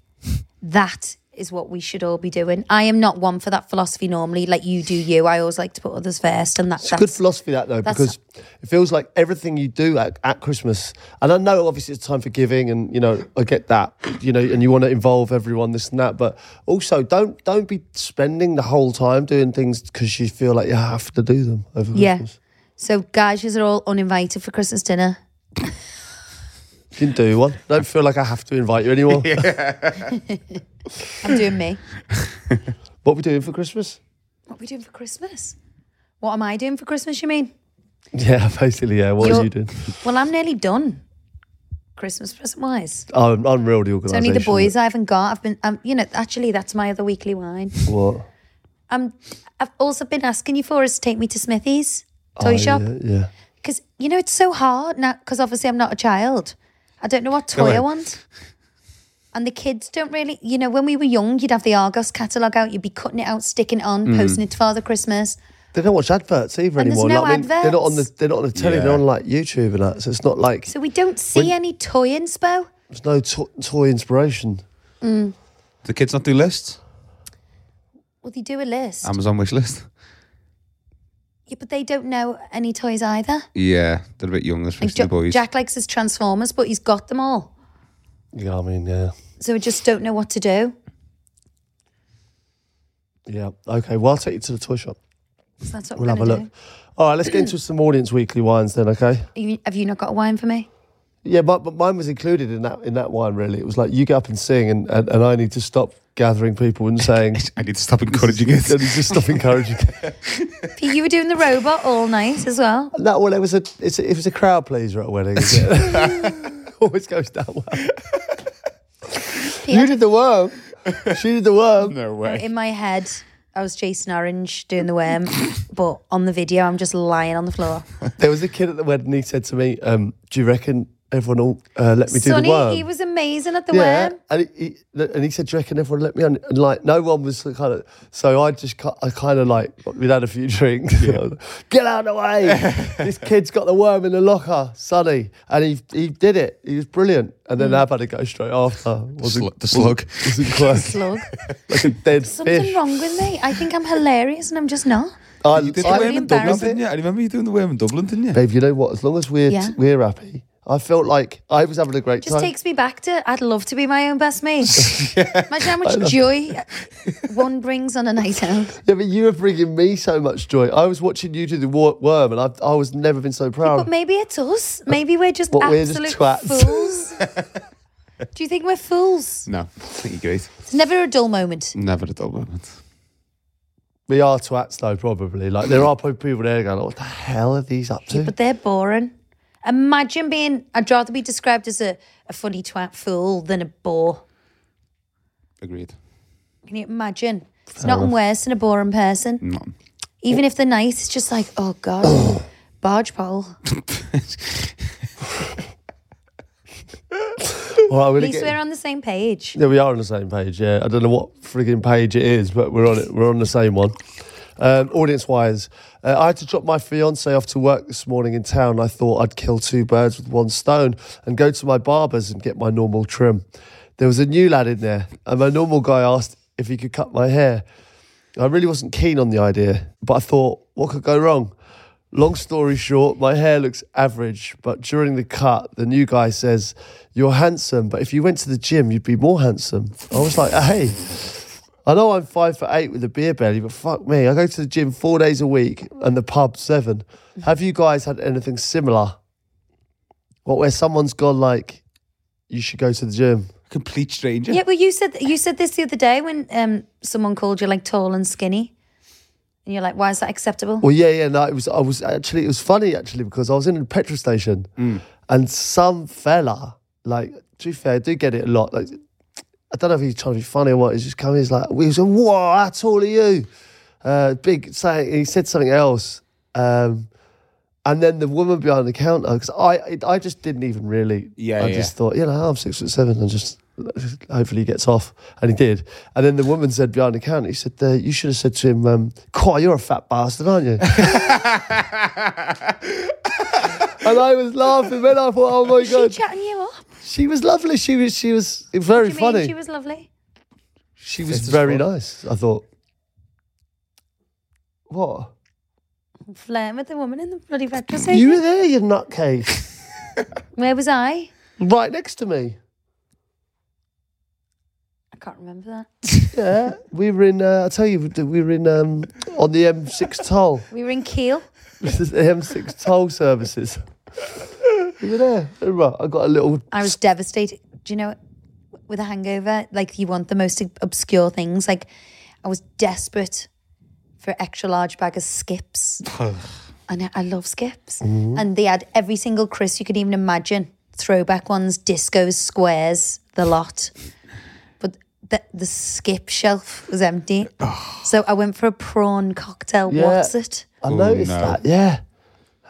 Speaker 2: that is what we should all be doing. I am not one for that philosophy normally. Like you do you. I always like to put others first. And that,
Speaker 1: It's a
Speaker 2: that's
Speaker 1: good philosophy that though,
Speaker 2: that's-
Speaker 1: because it feels like everything you do at, at Christmas, and I know obviously it's time for giving, and you know I get that, you know, and you want to involve everyone, this and that, but also don't don't be spending the whole time doing things because you feel like you have to do them over
Speaker 2: Yeah.
Speaker 1: Christmas.
Speaker 2: So guys, you are all uninvited for Christmas dinner.
Speaker 1: You can do one. Don't feel like I have to invite you anymore.
Speaker 2: I'm doing me.
Speaker 1: What we doing for Christmas?
Speaker 2: What are we doing for Christmas? What am I doing for Christmas, you mean?
Speaker 1: Yeah, basically, yeah. What are
Speaker 2: You're-
Speaker 1: you doing?
Speaker 2: Well, I'm nearly done. Christmas present wise.
Speaker 1: I'm, I'm real the
Speaker 2: It's
Speaker 1: organisation.
Speaker 2: only the boys I haven't got. I've been, um, you know, actually, that's my other weekly wine.
Speaker 1: What?
Speaker 2: Um, I've also been asking you for is to take me to Smithy's toy
Speaker 1: Oh,
Speaker 2: shop.
Speaker 1: Yeah, yeah.
Speaker 2: Because, you know, it's so hard now, because obviously I'm not a child. I don't know what toy I
Speaker 4: on.
Speaker 2: want. And the kids don't really, you know, when we were young, you'd have the Argos catalogue out, you'd be cutting it out, sticking it on,
Speaker 1: Mm.
Speaker 2: posting it to Father Christmas.
Speaker 1: They don't watch adverts either
Speaker 2: And there's
Speaker 1: anymore.
Speaker 2: no
Speaker 1: like, I mean, They're not on the
Speaker 2: adverts.
Speaker 1: they're not on the telly.
Speaker 4: Yeah.
Speaker 1: They're on like YouTube and that. So it's not like
Speaker 2: So we don't see
Speaker 1: When-
Speaker 2: any toy inspo.
Speaker 1: there's no to- toy inspiration.
Speaker 3: Do the kids not do lists?
Speaker 2: Well, they do a list.
Speaker 1: Um,
Speaker 3: Amazon wish list?
Speaker 2: yeah, but they don't know any toys either.
Speaker 3: Yeah, they're a bit young, especially
Speaker 2: Like Ja-
Speaker 3: the boys.
Speaker 2: Jack likes his Transformers, but he's got them all.
Speaker 1: Yeah, I mean, yeah,
Speaker 2: So I just don't know what to do.
Speaker 1: yeah. Okay, well, I'll take you to the toy shop.
Speaker 2: So that's what
Speaker 1: We'll
Speaker 2: we're
Speaker 1: have a
Speaker 2: going to
Speaker 1: look.
Speaker 2: do.
Speaker 1: All right, let's get into some audience weekly wines then. Okay.
Speaker 2: Have you, have you not got a wine for me?
Speaker 1: Yeah, but, but mine was included in that in that wine. Really, it was like you get up and sing, and, and, and I need to stop gathering people and saying.
Speaker 3: I need to stop encouraging it.
Speaker 1: And just stop encouraging.
Speaker 2: Pete, You were doing the robot all night as well.
Speaker 1: That well, it was a, it's a it was a crowd pleaser at a wedding. is it? Always goes that way.
Speaker 2: Pete, I-
Speaker 1: You did the worm. She did the worm.
Speaker 3: No way.
Speaker 2: in my head, I was Jason Orange doing the worm, but on the video, I'm just lying on the floor.
Speaker 1: There was a kid at the wedding. He said to me, um, "Do you reckon everyone will uh, let me do
Speaker 2: Sonny,
Speaker 1: the worm?"
Speaker 2: he was amazing at the
Speaker 1: yeah,
Speaker 2: worm.
Speaker 1: and he, he and he said, "Do you reckon everyone let me?" on?" And like, no one was kind of. So I just, ki- I kind of like, we'd had a few drinks. Get out of the way! this kid's got the worm in the locker, Sonny, and he he did it. He was brilliant. And
Speaker 2: Mm.
Speaker 1: then Ab had to go straight after. Wasn't
Speaker 3: Slu- the slug.
Speaker 1: wasn't quite
Speaker 2: Slug.
Speaker 1: like a dead
Speaker 2: Something
Speaker 1: fish.
Speaker 2: wrong with me. I think I'm hilarious and I'm just not.
Speaker 1: I,
Speaker 3: You did
Speaker 1: I-
Speaker 3: the worm in Dublin,
Speaker 2: embarrassed.
Speaker 3: didn't you? I remember you doing the worm in Dublin, didn't you?
Speaker 1: babe, you know what? As long as we're
Speaker 2: Yeah.
Speaker 1: we're happy, I felt like I was having a great
Speaker 2: Just
Speaker 1: time.
Speaker 2: takes me back to I'd love to be my own best mate. Imagine how much joy one brings on a night out.
Speaker 1: Yeah, but you were bringing me so much joy. I was watching you do the wor- worm, and I, I was never been so
Speaker 2: But
Speaker 1: proud.
Speaker 2: maybe it's us. Maybe we're just
Speaker 1: But Oh. we're just
Speaker 2: absolute
Speaker 1: twats.
Speaker 2: fools. Do you think we're fools?
Speaker 3: No, I think you're great.
Speaker 2: It's never a dull moment.
Speaker 3: Never a dull moment.
Speaker 1: We are twats, though, probably. Like there are probably people there going, "What the hell are these up to?"
Speaker 2: But they're boring. Imagine being, I'd rather be described as a, a funny twat fool than a bore.
Speaker 3: Agreed.
Speaker 2: Can you imagine? It's nothing worse than a boring person.
Speaker 3: No.
Speaker 2: Even if they're nice, it's just like, oh God, barge pole.
Speaker 1: All right, we're gonna
Speaker 2: At least
Speaker 1: get-
Speaker 2: we're on the same page.
Speaker 1: yeah, we are on the same page. Yeah, I don't know what frigging page it is, but we're on it. We're on the same one. Um, audience wise, uh, I had to drop my fiance off to work this morning in town. I thought I'd kill two birds with one stone and go to my barber's and get my normal trim. There was a new lad in there, and my normal guy asked if he could cut my hair. I really wasn't keen on the idea, but I thought, what could go wrong? Long story short, my hair looks average, but during the cut, the new guy says, You're handsome, but if you went to the gym, you'd be more handsome. I was like, Hey, I know I'm five for eight with a beer belly, but fuck me. I go to the gym four days a week and the pub seven. Have you guys had anything similar? What, where someone's gone, like, you should go to the gym?
Speaker 3: Complete stranger.
Speaker 2: Yeah, well, you said you said this the other day when um, someone called you like tall and skinny, and you're like, "Why is that acceptable?"
Speaker 1: Well, yeah, yeah. No, it was. I was actually. It was funny actually because I was in a petrol station, and some fella, like, to be fair, I do get it a lot. Like, I don't know if he's trying to be funny or what. He's just coming. He's like, he was like, "Whoa, how tall are you?" Uh, big. Saying he said something else. Um, and then the woman behind the counter, because I, I just didn't even really.
Speaker 3: Yeah,
Speaker 1: I
Speaker 3: yeah,
Speaker 1: just thought, you know, I'm six foot seven, and just hopefully he gets off. And he did. And then the woman said behind the counter, he said, uh, you should have said to him, um, Quai, you're a fat bastard, aren't you? and I was laughing when I thought, oh my
Speaker 2: She
Speaker 1: God.
Speaker 2: chatting you up.
Speaker 1: She was lovely. She was, she was very
Speaker 2: What do you mean?
Speaker 1: funny.
Speaker 2: She was lovely.
Speaker 1: She was
Speaker 4: Fit as
Speaker 1: very
Speaker 4: fuck.
Speaker 1: nice. I thought, what?
Speaker 2: Flirting with the woman in the bloody red dress.
Speaker 1: You were there, you nutcase,
Speaker 2: Where was I?
Speaker 1: right next to me.
Speaker 2: I can't remember that.
Speaker 1: Yeah, we were in. Uh, I tell you, we were in um, on the M6 toll.
Speaker 2: We were in Kiel.
Speaker 1: This is the M6 toll services. You were there. Right, I got a little.
Speaker 2: I was devastated. Do you know, with a hangover, like you want the most obscure things. Like I was desperate for extra large bag of skips. and I, I love skips. And they had every single crisp you could even imagine. Throwback ones, discos, squares, the lot. But the, the skip shelf was empty. so I went for a prawn cocktail.
Speaker 1: Yeah.
Speaker 2: What's it?
Speaker 1: I
Speaker 3: Oh,
Speaker 1: noticed
Speaker 3: no.
Speaker 1: that. Yeah,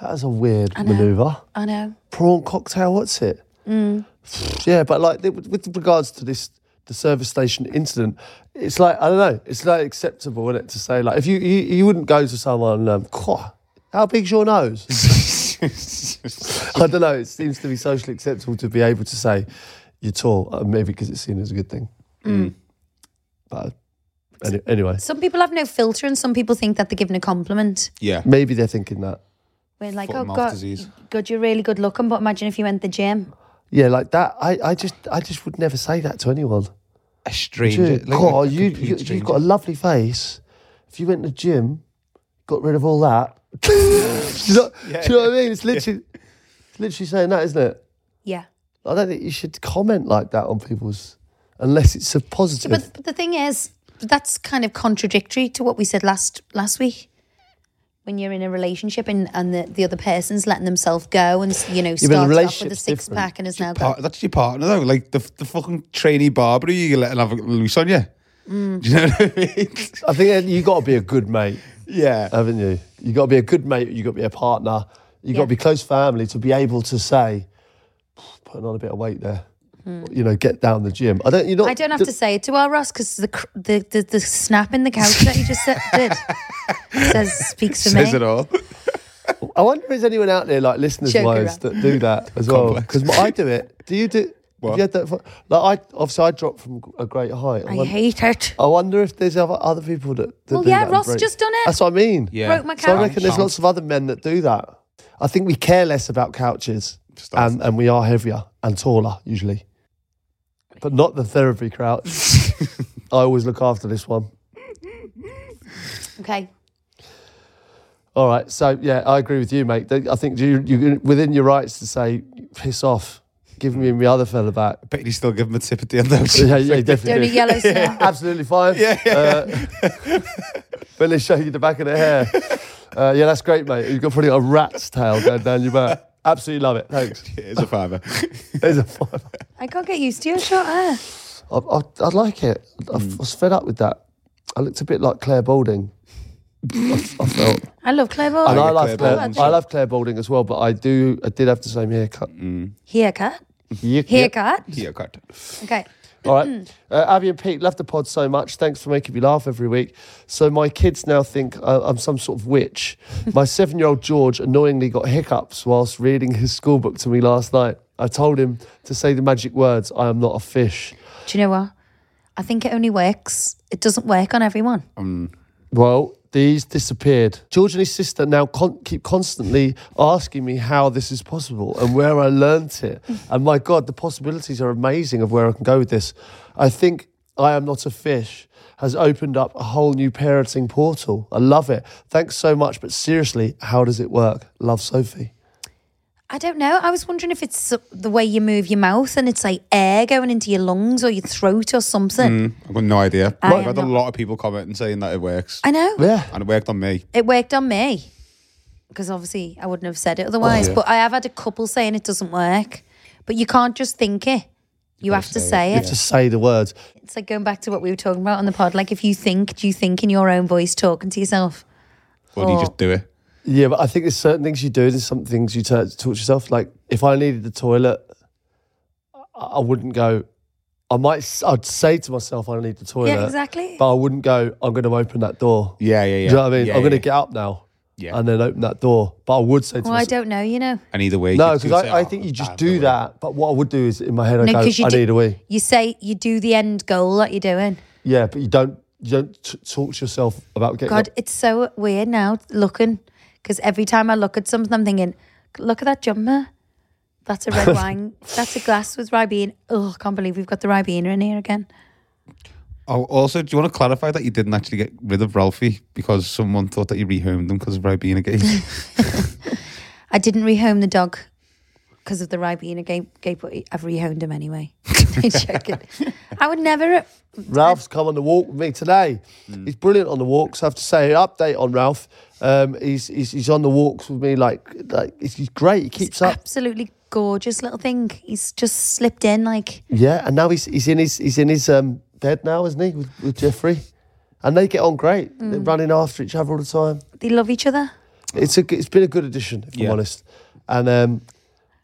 Speaker 1: that was a weird manoeuvre.
Speaker 2: I know.
Speaker 1: prawn cocktail. What's it? Yeah, but like th- with regards to this, the service station incident, it's like I don't know. It's like acceptable, isn't it, to say like if you you, you wouldn't go to someone, um, "Qua, how big's your nose? I don't know. It seems to be socially acceptable to be able to say you're tall, uh, maybe because it's seen as a good thing. But any, anyway,
Speaker 2: Some people have no filter and some people think that they're given a compliment.
Speaker 3: yeah.
Speaker 1: maybe they're thinking that.
Speaker 2: We're like,
Speaker 3: Foot
Speaker 2: oh
Speaker 3: and mouth
Speaker 2: god,
Speaker 3: disease.
Speaker 2: God, you're really good looking, but imagine if you went to the gym.
Speaker 1: Yeah, like that. I, I just I just would never say that to anyone.
Speaker 4: A stranger.
Speaker 1: Dude, God, you, you, you've got a lovely face. If you went to the gym, got rid of all that. do, you know, do you know what I mean? It's literally, it's literally saying that, isn't it?
Speaker 2: Yeah.
Speaker 1: I don't think you should comment like that on people's, unless it's a positive.
Speaker 2: But, but the thing is, that's kind of contradictory to what we said last last week. When you're in a relationship and, and the, the other person's letting themselves go and, you know,
Speaker 1: the
Speaker 2: started off with a
Speaker 1: relationship's
Speaker 2: six pack and is now
Speaker 3: Par-
Speaker 2: got.
Speaker 3: that's your partner though. Like the the fucking trainee barber you letting have loose on you.
Speaker 1: Mm.
Speaker 3: Do you know what I mean? Uh,
Speaker 1: I think you got to be a good mate,
Speaker 3: yeah.
Speaker 1: haven't you? You got to be a good mate. You got to be a partner. You got
Speaker 2: Yeah.
Speaker 1: to be close family to be able to say, putting on a bit of weight there. You know, get down the gym. I don't. You know.
Speaker 2: Hmm. I don't have to say it to our Ross because the, cr- the, the, the snap in the couch that he just said, did says, speaks for
Speaker 3: Says
Speaker 2: me.
Speaker 3: it all.
Speaker 1: I wonder if there's anyone out there, like listeners
Speaker 2: Joker
Speaker 1: wise,
Speaker 2: around.
Speaker 1: that do that as well.
Speaker 3: Complex.
Speaker 1: Because I do it. Do you do?
Speaker 3: What?
Speaker 1: Have you had that? fo- Like I, obviously, I dropped from a great height.
Speaker 2: I
Speaker 1: won-
Speaker 2: hate it.
Speaker 1: I wonder if there's other, other people that. that
Speaker 2: Well,
Speaker 1: do
Speaker 2: yeah,
Speaker 1: that and
Speaker 2: Ross
Speaker 1: break-
Speaker 2: just done it.
Speaker 1: That's what I mean.
Speaker 3: Yeah.
Speaker 2: Broke my
Speaker 1: So I
Speaker 2: couch.
Speaker 1: reckon there's lots of other men that do that. I think we care less about couches,
Speaker 3: Starts.
Speaker 1: and, and we are heavier and taller usually, but not the therapy couch. I always look after this one.
Speaker 2: Okay.
Speaker 1: All right. So yeah, I agree with you, mate. Th- I think you you within your rights to say piss off, give me my other fella back.
Speaker 3: I bet you still give him a tip at the end of
Speaker 1: yeah, yeah,
Speaker 2: Doing a
Speaker 1: definitely.
Speaker 2: yellow snap.
Speaker 1: Absolutely fine. Yeah. but let's show you the back of the hair. Uh, yeah, that's great, mate. You've got probably got a rat's tail going down your back. Absolutely love it. Thanks.
Speaker 3: It's a fiver.
Speaker 1: There's a five.
Speaker 2: I can't get used to your eh? short hair.
Speaker 1: I, I, I like it. I,
Speaker 3: Mm.
Speaker 1: I was fed up with that. I looked a bit like Claire Balding. I, I felt.
Speaker 2: I love Claire
Speaker 1: And I love
Speaker 2: Baldwin.
Speaker 1: Claire,
Speaker 3: Claire Balding.
Speaker 1: I love Claire Balding as well, but I do. I did have the same haircut.
Speaker 2: Haircut.
Speaker 1: Yeah,
Speaker 3: Mm.
Speaker 1: yeah.
Speaker 2: Haircut.
Speaker 3: yeah, cut.
Speaker 2: Okay.
Speaker 1: All right. Uh, Abby and Pete, love the pod so much. Thanks for making me laugh every week. So, my kids now think I- I'm some sort of witch. my seven year old George annoyingly got hiccups whilst reading his school book to me last night. I told him to say the magic words I am not a fish.
Speaker 2: Do you know what? I think it only works. It doesn't work on everyone.
Speaker 1: Well, these disappeared. George and his sister now con- keep constantly asking me how this is possible and where I learnt it. And my God, the possibilities are amazing of where I can go with this. I think I Am Not a Fish has opened up a whole new parenting portal. I love it. Thanks so much. But seriously, how does it work? Love, Sophie.
Speaker 2: I don't know. I was wondering if it's the way you move your mouth and it's like air going into your lungs or your throat or something.
Speaker 3: I've got no idea.
Speaker 2: I
Speaker 3: I've
Speaker 2: am
Speaker 3: had a
Speaker 2: not-
Speaker 3: lot of people commenting saying that it works.
Speaker 2: I know.
Speaker 1: Yeah.
Speaker 3: and it worked on me.
Speaker 2: It worked on me because obviously I wouldn't have said it otherwise. But I have had a couple saying it doesn't work. But you can't just think it. You have to say
Speaker 1: You
Speaker 2: it.
Speaker 1: have to say the words.
Speaker 2: It's like going back to what we were talking about on the pod. Like if you think, do you think in your own voice talking to yourself?
Speaker 3: Or
Speaker 1: Oh.
Speaker 3: do you just do it?
Speaker 1: Yeah, but I think there's certain things you do, there's some things you t- talk to yourself. Like if I needed the toilet, I I wouldn't go. I might, s- I'd say to myself, I need the toilet.
Speaker 2: exactly.
Speaker 1: But I wouldn't go, I'm going to open that door.
Speaker 3: Yeah, yeah, yeah.
Speaker 1: Do you know what I mean?
Speaker 3: Yeah,
Speaker 1: I'm going to
Speaker 3: yeah.
Speaker 1: get up now
Speaker 3: Yeah.
Speaker 1: and then open that door. But I would say to
Speaker 2: Well, I
Speaker 1: myself,
Speaker 2: don't know, you know.
Speaker 3: And either way,
Speaker 1: no,
Speaker 3: you'd
Speaker 1: because
Speaker 3: say,
Speaker 1: I, I
Speaker 3: "Oh,
Speaker 1: think you
Speaker 3: I
Speaker 1: just
Speaker 3: have to
Speaker 1: do
Speaker 3: wait."
Speaker 1: that. But what I would do is in my head, I
Speaker 2: No,
Speaker 1: go,
Speaker 2: because you
Speaker 1: I
Speaker 2: do-
Speaker 1: need a wee.
Speaker 2: You say you do the end goal that you're doing.
Speaker 1: Yeah, but you don't, you don't t- talk to yourself about getting
Speaker 2: God,
Speaker 1: up.
Speaker 2: it's so weird now looking because every time I look at something, I'm thinking, look at that jumper. That's a red wine. That's a glass with Ribena. Oh, I can't believe we've got the Ribena in here again.
Speaker 3: Oh, also, do you want to clarify that you didn't actually get rid of Ralphie because someone thought that you rehomed him because of Ribena Gate?
Speaker 2: I didn't rehome the dog because of the Ribena game, game, but I've rehomed him anyway. Joking. I would never.
Speaker 1: Ralph's come on the walk with me today. He's brilliant on the walks. I have to say, update on Ralph. Um, he's, he's he's on the walks with me like like he's he's great. He keeps up.
Speaker 2: Absolutely gorgeous little thing. He's just slipped in like.
Speaker 1: Yeah, and now he's he's in his he's in his um, bed now, isn't he, with, with Jeffrey? And they get on great. They're running after each other all the time.
Speaker 2: They love each other.
Speaker 1: It's a g- it's been a good addition, if
Speaker 3: Yeah.
Speaker 1: I'm honest. And um,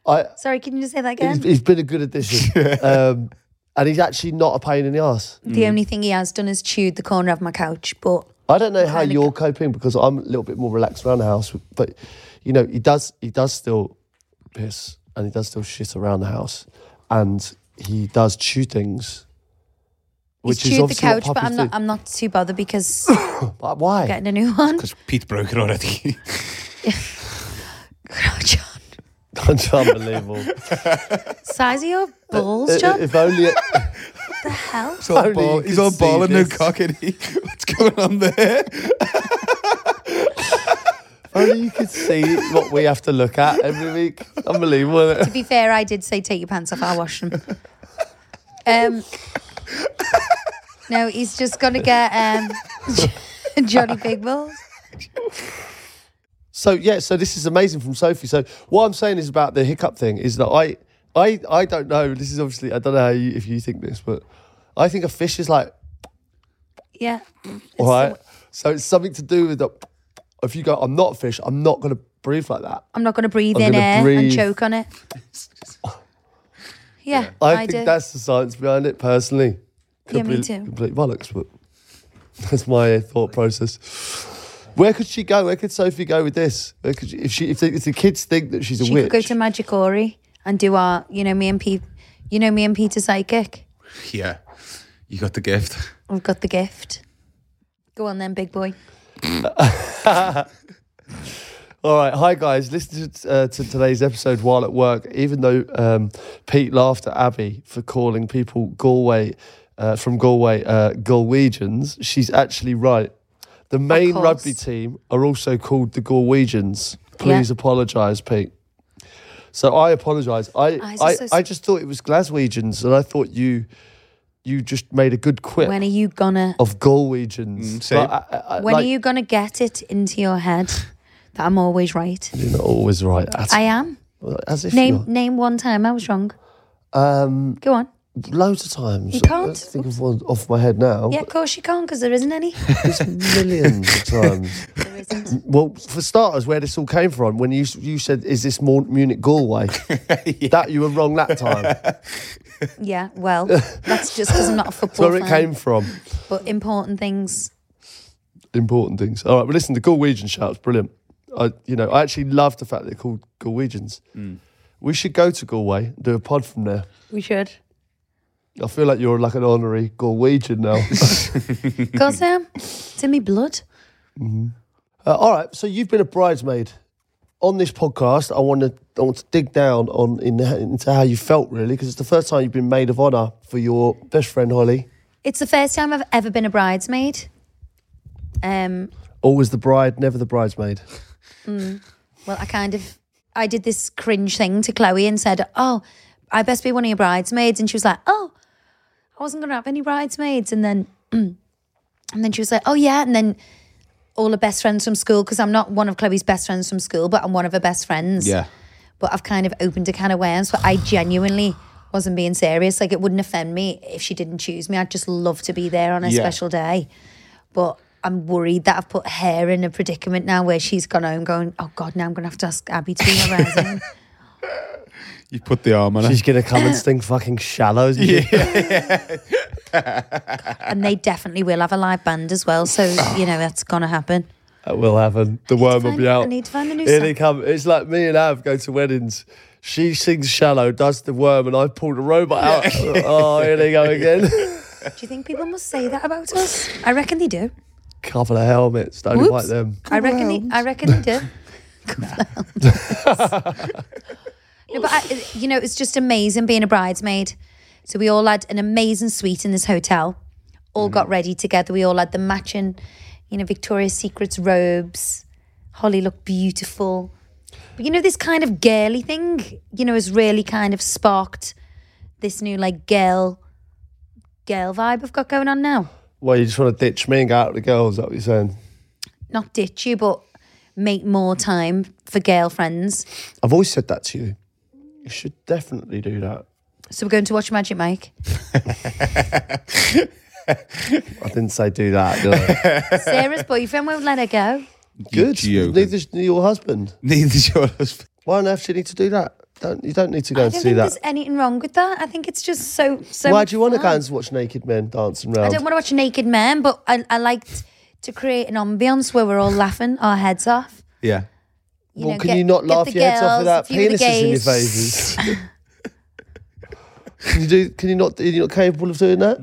Speaker 1: I
Speaker 2: Sorry, can you just say that again?
Speaker 1: he's, he's been a good addition. um, and he's actually not a pain in the ass.
Speaker 2: the only thing he has done is chewed the corner of my couch, but
Speaker 1: I don't know how
Speaker 2: Kinda
Speaker 1: you're coping because I'm a little bit more relaxed around the house, but you know he does he does still piss and he does still shit around the house, and he does chew things. Which
Speaker 2: he's
Speaker 1: is
Speaker 2: chewed the
Speaker 1: obviously
Speaker 2: couch,
Speaker 1: what
Speaker 2: but
Speaker 1: puppies
Speaker 2: I'm not.
Speaker 1: do.
Speaker 2: I'm not too bothered because
Speaker 1: But why?
Speaker 2: getting a new one.
Speaker 3: Because Pete broke it already.
Speaker 2: John,
Speaker 1: That's unbelievable.
Speaker 2: size of your balls,
Speaker 1: if,
Speaker 2: John.
Speaker 1: Uh, if only
Speaker 2: the hell?
Speaker 3: he's all
Speaker 1: Only
Speaker 3: ball,
Speaker 1: you
Speaker 3: he's
Speaker 1: could
Speaker 3: all
Speaker 1: see
Speaker 3: ball and no
Speaker 1: this.
Speaker 3: cock, and he, what's going on there?
Speaker 1: only you could see what we have to look at every week. Unbelievable.
Speaker 2: To be fair, I did say take your pants off. I'll wash them. Um. No, he's just gonna get um, Johnny Big Balls.
Speaker 1: So yeah, so this is amazing from Sophie. So what I'm saying is about the hiccup thing is that I, I, I don't know. This is obviously I don't know how you, if you think this, but I think a fish is like
Speaker 2: Yeah.
Speaker 1: all right. So it's something to do with the. If you go, I'm not a fish. I'm not going to breathe like that.
Speaker 2: I'm not gonna breathe
Speaker 1: I'm
Speaker 2: in
Speaker 1: gonna
Speaker 2: air and
Speaker 1: breathe.
Speaker 2: choke on it. Yeah,
Speaker 1: I,
Speaker 2: I,
Speaker 1: think
Speaker 2: do.
Speaker 1: that's the science behind it personally.
Speaker 2: Yeah, me
Speaker 1: Complete-
Speaker 2: too.
Speaker 1: Complete bollocks, but that's my thought process. Where could she go? Where could Sophie go with this? Where could she, if she if the, if the kids think that she's a
Speaker 2: She
Speaker 1: witch?
Speaker 2: could go to Magic Ori and do our, you know, me and Pete, you know, me and Peter psychic.
Speaker 3: yeah, you got the gift.
Speaker 2: I've got the gift. Go on then, big boy.
Speaker 1: All right, hi guys. Listen to, uh, to today's episode while at work. Even though um, Pete laughed at Abby for calling people Galway uh, from Galway uh, Galwegians, she's actually right. The main
Speaker 2: course.
Speaker 1: rugby team are also called the Galwegians.
Speaker 2: Yeah.
Speaker 1: Please apologise, Pete. So I apologise. I
Speaker 2: Ah, is
Speaker 1: I,
Speaker 2: this so s-
Speaker 1: I just thought it was Glaswegians, and I thought you you just made a good quip
Speaker 2: When are you gonna?
Speaker 1: of Galwegians.
Speaker 3: same.
Speaker 1: I, I, I-
Speaker 2: When
Speaker 1: like-
Speaker 2: are you gonna get it into your head that I'm always right?
Speaker 1: You're not always right. At,
Speaker 2: I am.
Speaker 1: as if
Speaker 2: Name
Speaker 1: you're.
Speaker 2: name one time I was wrong. Um. Go on.
Speaker 1: Loads of times.
Speaker 2: You
Speaker 1: I
Speaker 2: can't?
Speaker 1: don't think of one off my head now.
Speaker 2: Yeah, of course you can't because there isn't any.
Speaker 1: Millions of times.
Speaker 2: there isn't.
Speaker 1: Well, for starters, where this all came from, when you you said, "Is this Mun- Munich Galway?" That you were wrong that time. That's
Speaker 2: Yeah. Well, that's just because I'm not a football
Speaker 1: where it
Speaker 2: fan.
Speaker 1: came from.
Speaker 2: But important things.
Speaker 1: Important things. All right, but listen, the Galwegian shouts brilliant. I, you know, I actually love the fact they're called Galwegians. We should go to Galway and do a pod from there.
Speaker 2: We should.
Speaker 1: I feel like you're like an honorary Galwegian now.
Speaker 2: Of course I am. It's in me blood.
Speaker 1: Uh, all right, so you've been a bridesmaid. On this podcast, I want to I want to dig down on in, into how you felt really, because it's the first time you've been maid of honor for your best friend Holly.
Speaker 2: It's the first time I've ever been a bridesmaid. Um.
Speaker 1: Always the bride, never the bridesmaid.
Speaker 2: Well, I kind of I did this cringe thing to Chloe and said, "Oh, I best be one of your bridesmaids," and she was like, "Oh, I wasn't going to have any bridesmaids," and then and then she was like, "Oh yeah," and then all her best friends from school because I'm not one of Chloe's best friends from school, but I'm one of her best friends.
Speaker 3: Yeah.
Speaker 2: But I've kind of opened a can of worms, but I genuinely wasn't being serious. Like it wouldn't offend me if she didn't choose me. I'd just love to be there on a
Speaker 3: Yeah.
Speaker 2: special day. But I'm worried that I've put her in a predicament now where she's gone home going, Oh God, now I'm gonna have to ask Abby to be my rising.
Speaker 3: You put the arm on her.
Speaker 1: She's gonna come and sting fucking shallows. Yeah.
Speaker 2: and they definitely will have a live band as well. So you know that's gonna happen.
Speaker 1: That will happen. The worm will
Speaker 2: find-
Speaker 1: be out.
Speaker 2: I need to find a new
Speaker 1: Here
Speaker 2: song.
Speaker 1: they come. It's like me and Av go to weddings. She sings shallow, does the worm, and I pull the robot out. oh, here they go again.
Speaker 2: Do you think people must say that about us? I reckon they do.
Speaker 1: Couple of helmets. Don't
Speaker 2: Whoops.
Speaker 1: like them.
Speaker 2: I reckon. They, I reckon they do. no, but I, you know, it's just amazing being a bridesmaid. So we all had an amazing suite in this hotel. All got ready together. We all had the matching, you know, Victoria's Secrets robes. Holly looked beautiful. But you know, this kind of girly thing, you know, has really kind of sparked this new like girl, girl vibe I've got going on now.
Speaker 1: Well, you just want to ditch me and go out with the girls. Is that what you're saying?
Speaker 2: Not ditch you, but make more time for girlfriends.
Speaker 1: I've always said that to you. You should definitely do that.
Speaker 2: So we're going to watch Magic Mike.
Speaker 1: I didn't say do that. Did I?
Speaker 2: Sarah's boyfriend won't let her go.
Speaker 1: Good.
Speaker 3: You joking.
Speaker 1: Neither's your husband.
Speaker 3: Neither's your husband.
Speaker 1: Why on earth do you need to do that? Don't, you don't need to go
Speaker 2: I
Speaker 1: and
Speaker 2: don't
Speaker 1: see
Speaker 2: think
Speaker 1: that.
Speaker 2: there's anything wrong with that. I think it's just so so.
Speaker 1: Why do you want to
Speaker 2: fun.
Speaker 1: go and watch naked men dancing around?
Speaker 2: I don't want to watch naked men, but I, I liked to create an ambience where we're all laughing our heads off.
Speaker 3: Yeah.
Speaker 2: You
Speaker 1: well,
Speaker 2: know,
Speaker 1: can
Speaker 2: get-
Speaker 1: you not
Speaker 2: get
Speaker 1: laugh
Speaker 2: the
Speaker 1: your heads off
Speaker 2: girls,
Speaker 1: without
Speaker 2: a few of
Speaker 1: penises
Speaker 2: the
Speaker 1: in your
Speaker 2: gays.
Speaker 1: faces? can you do? Can you not? Are you not capable of doing that?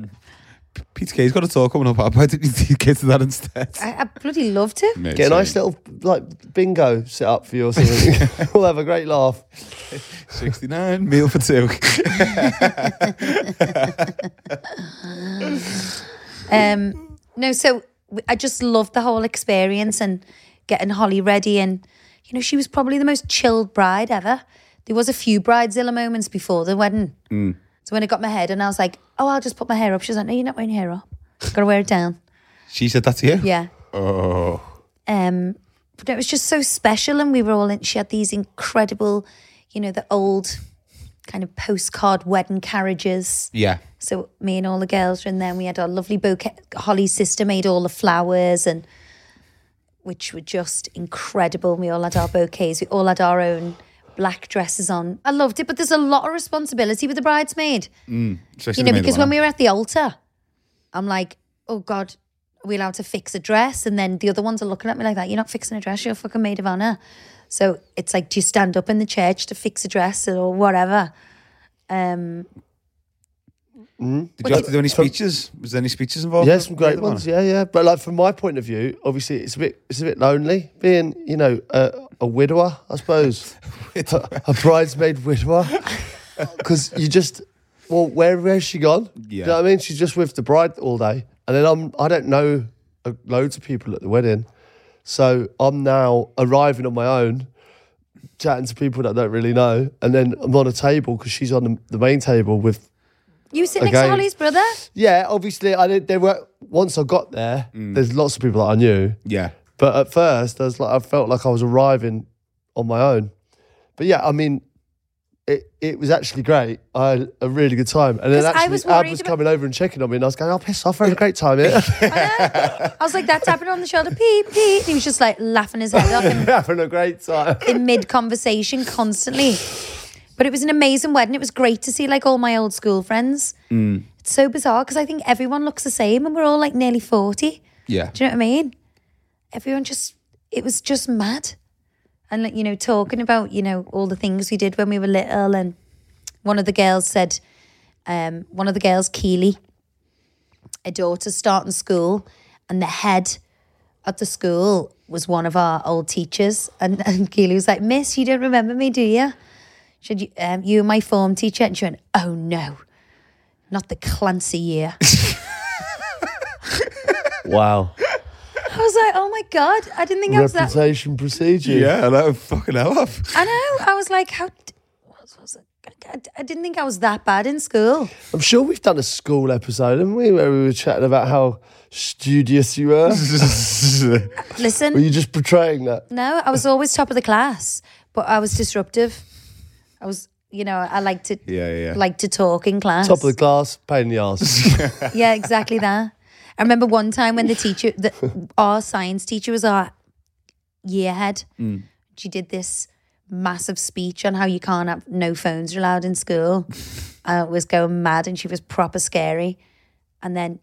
Speaker 3: Peter Kay's got a tour coming up. Why didn't you get to that instead?
Speaker 2: I, I bloody love to.
Speaker 3: Mate,
Speaker 1: Get a nice
Speaker 3: sorry.
Speaker 1: little like bingo set up for you or something. we'll have a great laugh.
Speaker 3: 69, meal for two.
Speaker 2: Um, no, so w- I just loved the whole experience and getting Holly ready. And, you know, she was probably the most chilled bride ever. There was a few bridezilla moments before the wedding. So when I got my head and I was like, oh, I'll just put my hair up. She was like, no, you're not wearing your hair up. You've got to wear it down.
Speaker 3: she said that to you?
Speaker 2: Yeah.
Speaker 3: Oh.
Speaker 2: Um, but it was just so special. And we were all in, she had these incredible, you know, the old kind of postcard wedding carriages.
Speaker 3: Yeah.
Speaker 2: So me and all the girls were in there, and we had our lovely bouquet. Holly's sister made all the flowers, and which were just incredible. We all had our bouquets. We all had our own black dresses on. I loved it, but there's a lot of responsibility with the bridesmaid,
Speaker 3: Especially
Speaker 2: you
Speaker 3: the
Speaker 2: know,
Speaker 3: maid
Speaker 2: because
Speaker 3: of
Speaker 2: when
Speaker 3: honor.
Speaker 2: we were at the altar, I'm like, oh god. Are we allowed to fix a dress? And then the other ones are looking at me like that. You're not fixing a dress. You're a fucking maid of honor. So it's like, do you stand up in the church to fix a dress or whatever? Um,
Speaker 3: Did you have to do any speeches? Was there any speeches involved?
Speaker 1: Yeah, some great ones. Yeah, yeah. But like from my point of view, obviously it's a bit it's a bit lonely being you know a, a widower, I suppose, a, a bridesmaid widower, because you just well where where's she gone? Do you
Speaker 3: Yeah.
Speaker 1: know what I mean? She's just with the bride all day, and then I'm I don't know uh, loads of people at the wedding, so I'm now arriving on my own. Chatting to people that I don't really know, and then I'm on a table because she's on the, the main table with
Speaker 2: You sit next
Speaker 1: Again.
Speaker 2: to Holly's brother?
Speaker 1: Yeah, obviously, I did, there were once I got there. There's lots of people that I knew,
Speaker 3: Yeah.
Speaker 1: but at first, I was like, I felt like I was arriving on my own. But yeah, I mean, it it was actually great. I had a really good time, and then
Speaker 2: 'Cause I
Speaker 1: actually,
Speaker 2: was
Speaker 1: Ab
Speaker 2: worried
Speaker 1: was
Speaker 2: about-
Speaker 1: coming over and checking on me, and I was going, "Oh, piss off, I had a great time here,
Speaker 2: I was like, that's happening on the shoulder. Pee, pee. And he was just like laughing his head off in,
Speaker 1: having a great time."
Speaker 2: in mid conversation constantly. But it was an amazing wedding. It was great to see like all my old school friends. It's so bizarre because I think everyone looks the same and we're all like nearly 40.
Speaker 3: Yeah.
Speaker 2: Do you know what I mean? Everyone just, it was just mad. And, like, you know, talking about, you know, all the things we did when we were little. And one of the girls said, um, one of the girls, Keely, her daughter starting school, and the head at the school was one of our old teachers. And, and Keely was like, Miss, you don't remember me, do you? She said, "You- um, You were my form teacher. And she went, Oh, no, not the Clancy year.
Speaker 1: Wow,
Speaker 2: I was like, Oh my God, I didn't think I was that
Speaker 1: reputation procedure.
Speaker 3: Yeah, that would fucking hell up.
Speaker 2: I know. I was like, how? d- What was it? I, I- I didn't think I was that bad in school.
Speaker 1: I'm sure we've done a school episode, haven't we, where we were chatting about how studious you were.
Speaker 2: Listen,
Speaker 1: were you just portraying that?
Speaker 2: no, I was always top of the class, but I was disruptive. I was, you know, I like to
Speaker 3: Yeah, yeah.
Speaker 2: like to talk in class.
Speaker 1: Top of the class, pain in the ass.
Speaker 2: yeah, exactly that. I remember one time when the teacher, the, our science teacher was our year head. She did this massive speech on how you can't have no phones are allowed in school. I was going mad and she was proper scary. And then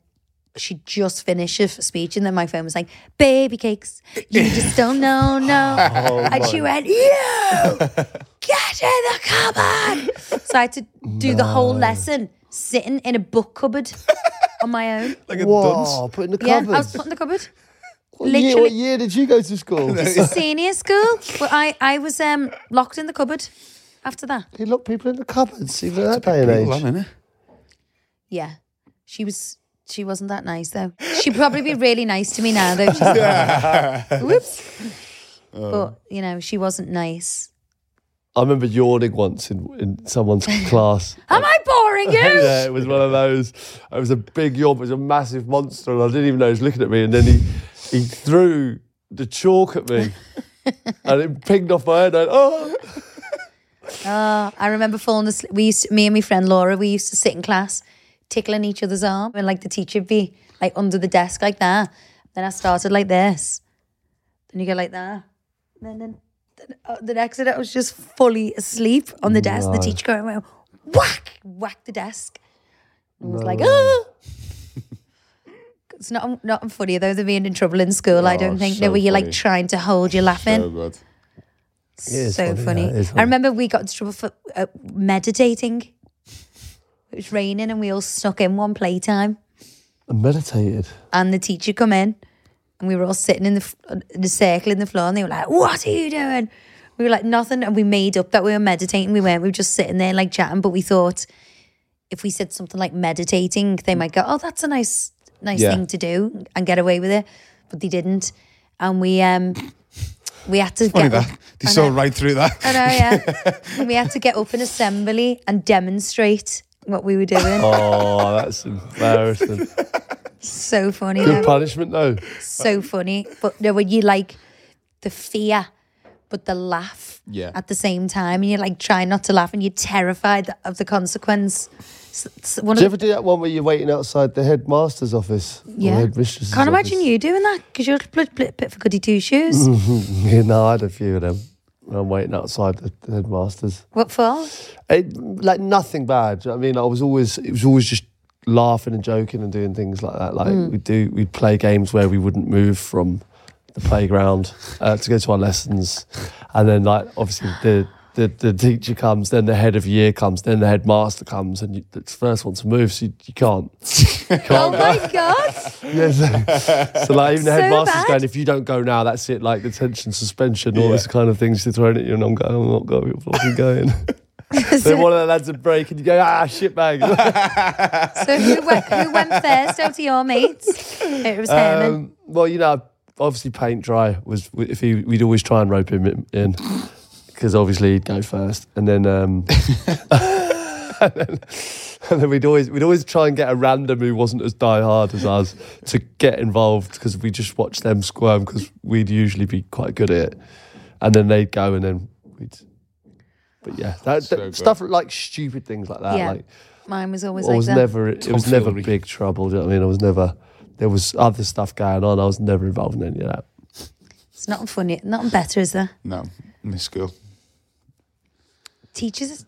Speaker 2: she just finished her f- speech and then my phone was like, baby cakes, you just don't know, no. and she went, you get in the cupboard. So I had to do the whole lesson sitting in a book cupboard on my own.
Speaker 3: Like a
Speaker 1: Whoa,
Speaker 3: dunce.
Speaker 1: put in the
Speaker 2: Yeah,
Speaker 1: cupboard.
Speaker 2: I was put in the cupboard.
Speaker 1: what, year, what
Speaker 2: literally-
Speaker 1: year did you go to school?
Speaker 2: Senior school. Well, I, I was um, locked in the cupboard after that.
Speaker 1: They lock people in the cupboards even at that day and
Speaker 3: Brutal,
Speaker 1: age.
Speaker 3: isn't it?
Speaker 2: Yeah. She was she wasn't that nice though. She'd probably be really nice to me now though. She's Whoops. But you know, she wasn't nice.
Speaker 1: I remember yawning once in, in someone's class.
Speaker 2: Am I boring you?
Speaker 1: yeah, it was one of those. It was a big yawn, but it was a massive monster, and I didn't even know he was looking at me. And then he he threw the chalk at me, and it pinged off my head. I, oh,
Speaker 2: Oh, I remember falling asleep. We used to, me and my friend Laura, we used to sit in class tickling each other's arm and like the teacher'd be like under the desk like that. Then I started like this. Then you go like that. And then then, then uh, the next day I was just fully asleep on the desk. The teacher going well, whack, whack the desk. And was like, oh. It's not not funny though. They're being in trouble in school. I don't
Speaker 3: Oh,
Speaker 2: think.
Speaker 3: so
Speaker 2: no, where you're like
Speaker 3: funny.
Speaker 2: trying to hold your laughing
Speaker 3: So good.
Speaker 1: is
Speaker 2: so
Speaker 1: funny,
Speaker 2: funny.
Speaker 1: that is funny.
Speaker 2: I remember we got into trouble for uh, meditating. It was raining and we all snuck in one playtime.
Speaker 1: I meditated.
Speaker 2: And the teacher come in and we were all sitting in the, f- in a circle in the floor and they were like, what are you doing? We were like, nothing. And we made up that we were meditating. We weren't. We were just sitting there like chatting. But we thought if we said something like meditating, they might go, oh, that's a nice, nice
Speaker 3: Yeah.
Speaker 2: thing to do and get away with it. But they didn't. And we, um, we had to
Speaker 3: Funny
Speaker 2: get up.
Speaker 3: that. They
Speaker 2: I
Speaker 3: saw
Speaker 2: know.
Speaker 3: right through that.
Speaker 2: I know, yeah. and we had to get up in assembly and demonstrate what we were doing.
Speaker 1: Oh, that's embarrassing.
Speaker 2: So funny,
Speaker 1: Good
Speaker 2: though.
Speaker 1: punishment though.
Speaker 2: so funny. But no, when you like the fear, but the laugh
Speaker 3: Yeah.
Speaker 2: at the same time, and you're like trying not to laugh, and you're terrified of the consequence. S- s- one
Speaker 1: Did you
Speaker 2: of
Speaker 1: ever
Speaker 2: the,
Speaker 1: do that one where you're waiting outside the headmaster's office? or
Speaker 2: Yeah.
Speaker 1: headmistress's
Speaker 2: can't
Speaker 1: office?
Speaker 2: imagine you doing that because you're a bit, bit, bit for goody two shoes.
Speaker 1: Mm. Yeah, no, I had a few of them. I'm waiting outside the the headmaster's.
Speaker 2: What for?
Speaker 1: It, like nothing bad. do you know what I mean, I was always it was always just laughing and joking and doing things like that. Like we do, we'd play games where we wouldn't move from the playground uh, to go to our lessons, and then like obviously the. The, the teacher comes, then the head of year comes, then the headmaster comes, and you, the first one to move, so you, you can't.
Speaker 2: Oh my god!
Speaker 1: Yeah, so, so, like even the
Speaker 2: So
Speaker 1: headmaster's
Speaker 2: bad.
Speaker 1: going, if you don't go now, that's it. Like detention, suspension, all this kind of things they're throwing at you, and I'm going, I'm not going, I'm fucking going. Then one of the lads would break and you go, ah, shit bag.
Speaker 2: so who went, who went first out of your mates? It was Herman.
Speaker 1: um, well, you know, obviously paint dry was, if he, we'd always try and rope him in because obviously he'd go first. And then, um, and then, and then we'd always, we'd always try and get a random who wasn't as diehard as us to get involved because we just watched them squirm because we'd usually be quite good at it. And then they'd go and then we'd, but yeah, that, that-
Speaker 3: good.
Speaker 1: stuff like stupid things like that.
Speaker 2: Yeah.
Speaker 1: Like,
Speaker 2: Mine was always
Speaker 1: I
Speaker 2: like
Speaker 1: was
Speaker 2: that.
Speaker 1: never. It was never
Speaker 3: Fury.
Speaker 1: big trouble. Do you know what I mean? I was never. There was other stuff going on. I was never involved in any of that.
Speaker 2: It's not funny. Nothing better, is there?
Speaker 3: No, miss school.
Speaker 2: Teachers,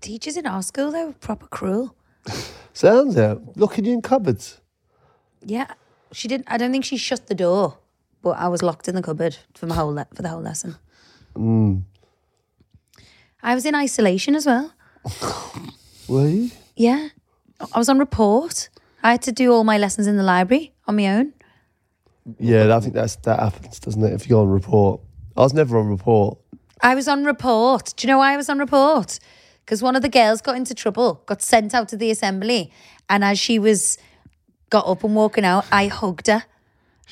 Speaker 2: teachers in our school they were proper cruel.
Speaker 1: Sounds out. Looking in cupboards.
Speaker 2: Yeah, she didn't. I don't think she shut the door, but I was locked in the cupboard for my whole le- for the whole lesson. I was in isolation as well.
Speaker 1: Were you?
Speaker 2: Yeah, I was on report. I had to do all my lessons in the library on my own.
Speaker 1: Yeah, I think that's that happens, doesn't it? If you're on report, I was never on report.
Speaker 2: I was on report. Do you know why I was on report? Because one of the girls got into trouble, got sent out to the assembly, and as she was got up and walking out, I hugged her.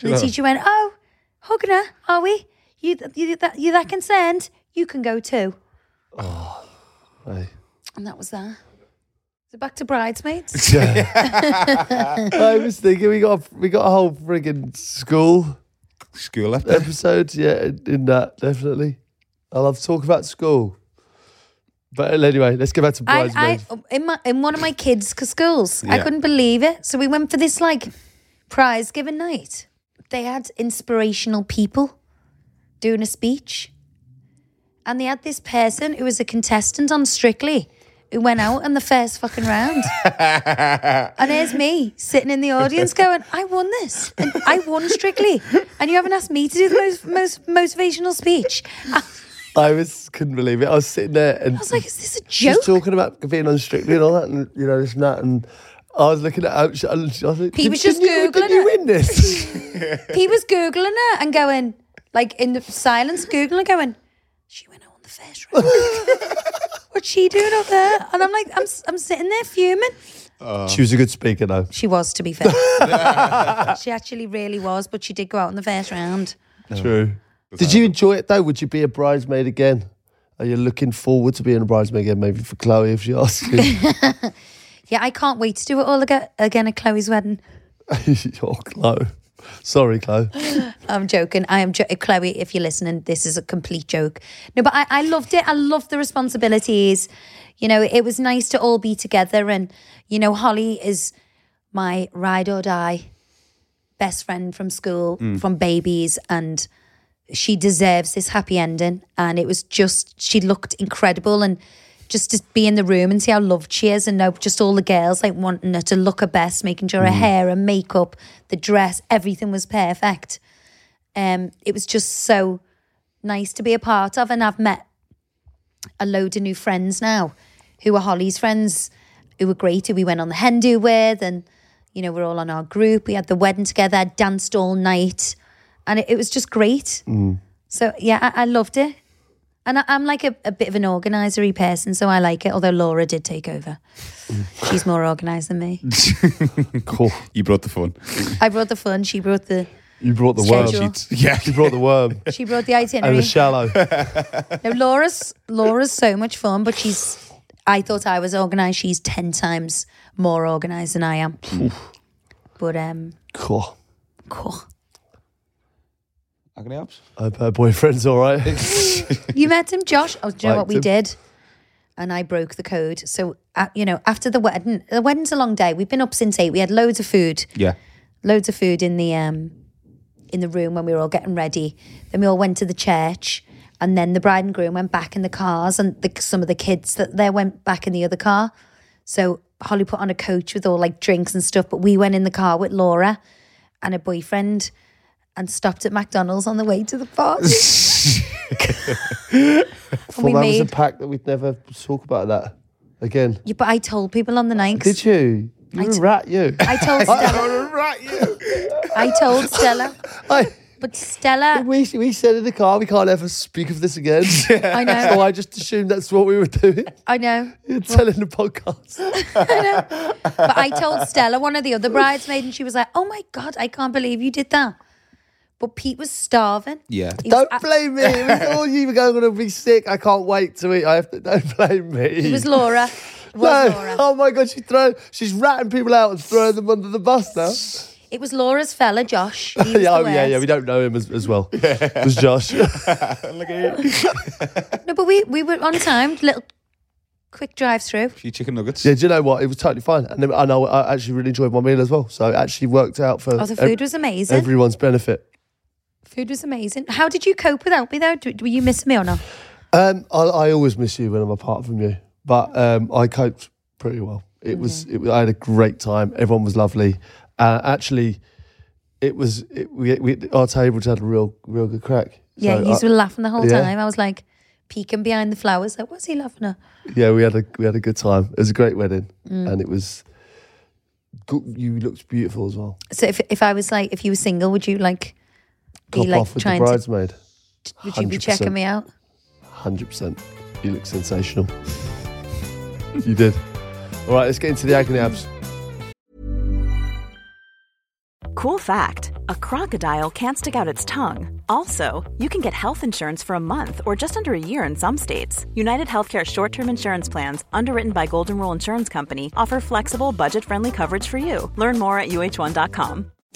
Speaker 2: And the teacher went, "Oh, hugging her, are we? You, th- you that you that concerned? You can go too."
Speaker 1: Hey.
Speaker 2: And that was that. So back to bridesmaids.
Speaker 1: I was thinking we got a, we got a whole friggin' school
Speaker 3: School left.
Speaker 1: episode. Yeah, in, in that definitely. I love to talk about school. But anyway, let's get back to
Speaker 2: I,
Speaker 1: bridesmaids.
Speaker 2: I in my in one of my kids' c- schools, I
Speaker 3: Yeah.
Speaker 2: couldn't believe it. So we went for this like prize giving night. They had inspirational people doing a speech, And they had this person who was a contestant on Strictly who went out in the first fucking round. and here's me sitting in the audience going, I won this. And I won Strictly. And you haven't asked me to do the most, most motivational speech. I
Speaker 1: I was couldn't believe it. I was sitting there and I
Speaker 2: was like, is this a
Speaker 1: She was
Speaker 2: joke?
Speaker 1: talking about being on Strictly and all that, and you know this and that, and I was looking at her. She, I was like,
Speaker 2: He was
Speaker 1: "Did-
Speaker 2: just
Speaker 1: did you,
Speaker 2: Googling
Speaker 1: Did you
Speaker 2: it."
Speaker 1: win this?
Speaker 2: he was googling her and going like in the silence googling going she went out on the first round what's she doing up there and i'm like i'm, I'm sitting there fuming
Speaker 1: she was a good speaker though.
Speaker 2: she was to be fair she actually really was but she did go out in the first round
Speaker 1: True. Did you enjoy it though? Would you be a bridesmaid again? Are you looking forward to being a bridesmaid again? Maybe for Chloe if she asks you.
Speaker 2: yeah i can't wait to do it all aga- again at chloe's wedding
Speaker 1: oh, Chloe. Sorry, Chloe.
Speaker 2: I'm joking. I am jo- Chloe. If you're listening, this is a complete joke. No, but I, I loved it. I loved the responsibilities. You know, it was nice to all be together, and you know, Holly is my ride or die best friend from school, from babies, and she deserves this happy ending. And it was just she looked incredible, and just to be in the room and see how loved she is, and know just all the girls like wanting her to look her best, making sure her hair and makeup, the dress, everything was perfect um, it was just so nice to be a part of. And I've met a load of new friends now who are Holly's friends, who were great, who we went on the hen do with. And, you know, we're all on our group. We had the wedding together, danced all night. And it, it was just great. So, yeah, I, I loved it. And I, I'm like a, a bit of an organisery person, so I like it. Although Laura did take over, she's more organised than me.
Speaker 1: er Cool.
Speaker 3: You brought the phone.
Speaker 2: I brought the fun, she brought the
Speaker 1: You brought the
Speaker 2: Schedule.
Speaker 1: worm.
Speaker 3: Yeah.
Speaker 1: You brought the worm
Speaker 2: she brought the itinerary.
Speaker 1: and the shallow.
Speaker 2: No, Laura's Laura's so much fun, but she's. I thought I was organised. She's ten times more organised than I am. but um,
Speaker 1: Cool.
Speaker 2: cool.
Speaker 3: Agony abs.
Speaker 1: I hope her boyfriend's all right.
Speaker 2: You met him, Josh. Oh, do you know
Speaker 1: Liked
Speaker 2: what we
Speaker 1: him.
Speaker 2: did? And I broke the code. So uh, you know, after the wedding, the wedding's a long day. We've been up since eight. We had loads of food.
Speaker 3: Yeah.
Speaker 2: loads of food in the um, in the room when we were all getting ready. Then we all went to the church, and then the bride and groom went back in the cars, and the, some of the kids that there went back in the other car. So Holly put on a coach with all like drinks and stuff, but we went in the car with Laura and her boyfriend, and stopped at McDonald's on the way to the party. and we
Speaker 1: Well, that was a
Speaker 2: made.
Speaker 1: pack that we'd never talk about that again.
Speaker 2: Yeah, but I told people on the night.
Speaker 1: Did you? You were a rat, you.
Speaker 2: I told Stella.
Speaker 3: Right, you.
Speaker 2: I told Stella.
Speaker 1: I,
Speaker 2: But Stella,
Speaker 1: we, we said in the car, we can't ever speak of this again.
Speaker 2: I
Speaker 1: So
Speaker 2: know,
Speaker 1: I just assumed that's what we were doing.
Speaker 2: I know.
Speaker 1: You're telling the podcast.
Speaker 2: But I told Stella, one of the other bridesmaids, and she was like, "Oh my god, I can't believe you did that." But Pete was starving.
Speaker 3: Yeah.
Speaker 2: He was,
Speaker 1: Don't blame me. It was all you going to be sick. I can't wait to eat. I have to. Don't blame me.
Speaker 2: It was Laura. It was
Speaker 1: no.
Speaker 2: Laura.
Speaker 1: Oh my God, she's throwing, she's ratting people out and throwing them under the bus now.
Speaker 2: It was Laura's fella, Josh. He was
Speaker 1: yeah,
Speaker 2: the
Speaker 1: oh, yeah, yeah.
Speaker 2: worst.
Speaker 1: We don't know him as, as well. It was Josh.
Speaker 2: No, but we we were on time. Little quick drive through.
Speaker 3: Few chicken nuggets.
Speaker 1: Yeah, do you know what? It was totally fine, and then- and I, I actually really enjoyed my meal as well. So it actually worked out for
Speaker 2: Oh, the
Speaker 1: ev-
Speaker 2: food was amazing.
Speaker 1: everyone's benefit.
Speaker 2: food was amazing. How did you cope without me though? Do- Were you missing me or not?
Speaker 1: Um, I, I always miss you when I'm apart from you, but um, I coped pretty well. It was,
Speaker 2: Mm.
Speaker 1: it was, I had a great time. Everyone was lovely. Uh, actually, it was it, we, we our tables had a real real good crack.
Speaker 2: Yeah,
Speaker 1: So uh,
Speaker 2: you
Speaker 1: I-
Speaker 2: were laughing the whole
Speaker 1: yeah.
Speaker 2: time. I was like peeking behind the flowers. Like, what's he laughing at?
Speaker 1: yeah, we had a we had a good time. It was a great wedding,
Speaker 2: Mm.
Speaker 1: and it was. Good, you looked beautiful as well.
Speaker 2: So if if I was like, if you were single, would you like be
Speaker 1: Top
Speaker 2: like
Speaker 1: off with the
Speaker 2: trying to?
Speaker 1: bridesmaid,
Speaker 2: Would you be
Speaker 1: 100%.
Speaker 2: checking me out?
Speaker 1: hundred percent. You look sensational. you did. All right, let's get into the agony abs.
Speaker 5: Cool fact a crocodile can't stick out its tongue. Also, you can get health insurance for a month or just under a year in some states. United Healthcare short term insurance plans, underwritten by Golden Rule Insurance Company, offer flexible, budget friendly coverage for you. Learn more at uh1.com.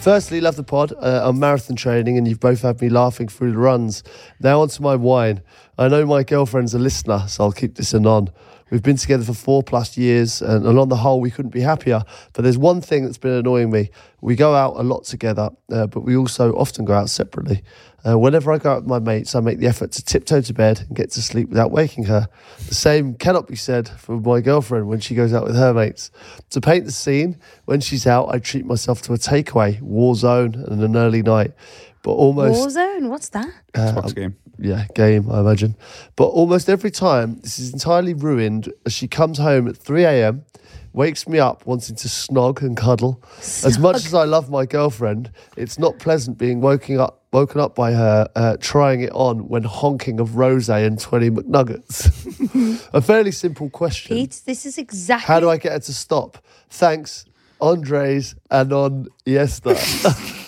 Speaker 1: Firstly, love the pod. Uh, I'm marathon training, and you've both had me laughing through the runs. Now onto my wine. I know my girlfriend's a listener, so I'll keep this anon. We've been together for four plus years, and, and on the whole, we couldn't be happier. But there's one thing that's been annoying me. We go out a lot together, uh, but we also often go out separately. Uh, whenever I go out with my mates, I make the effort to tiptoe to bed and get to sleep without waking her. The same cannot be said for my girlfriend when she goes out with her mates. To paint the scene, when she's out, I treat myself to a takeaway, war zone, and an early night. But almost
Speaker 2: Warzone, what's that?
Speaker 3: Xbox game.
Speaker 1: yeah, game, I imagine. But almost every time, this is entirely ruined as she comes home at 3 a.m., wakes me up wanting to snog and cuddle. As much as I love my girlfriend, it's not pleasant being woken up, woken up by her uh, trying it on when honking of rose and 20 McNuggets. A fairly simple question.
Speaker 2: Pete, this is exactly
Speaker 1: How do I get her to stop? Thanks, Andres Anon Yester.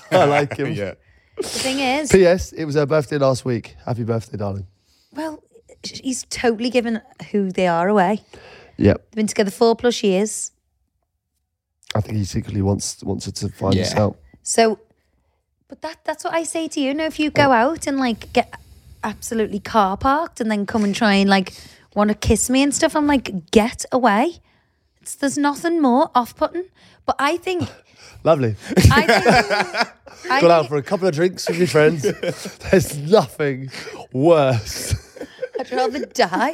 Speaker 1: I like him.
Speaker 3: Yeah.
Speaker 2: the thing is.
Speaker 1: P.S. It was her birthday last week. Happy birthday, darling.
Speaker 2: Well, sh- he's totally given who they are away.
Speaker 1: Yep.
Speaker 2: They've been together four plus years.
Speaker 1: I think he secretly wants wants her to find us
Speaker 3: Yeah.
Speaker 1: out.
Speaker 2: So, but that that's what I say to you. Now, if you go out and like get absolutely car parked and then come and try and like want to kiss me and stuff, I'm like, get away. It's, there's nothing more off putting. But I think,
Speaker 1: Lovely.
Speaker 2: I think, I
Speaker 1: Gone out
Speaker 2: think
Speaker 1: for a couple of drinks with your friends. There's nothing worse.
Speaker 2: I'd rather die.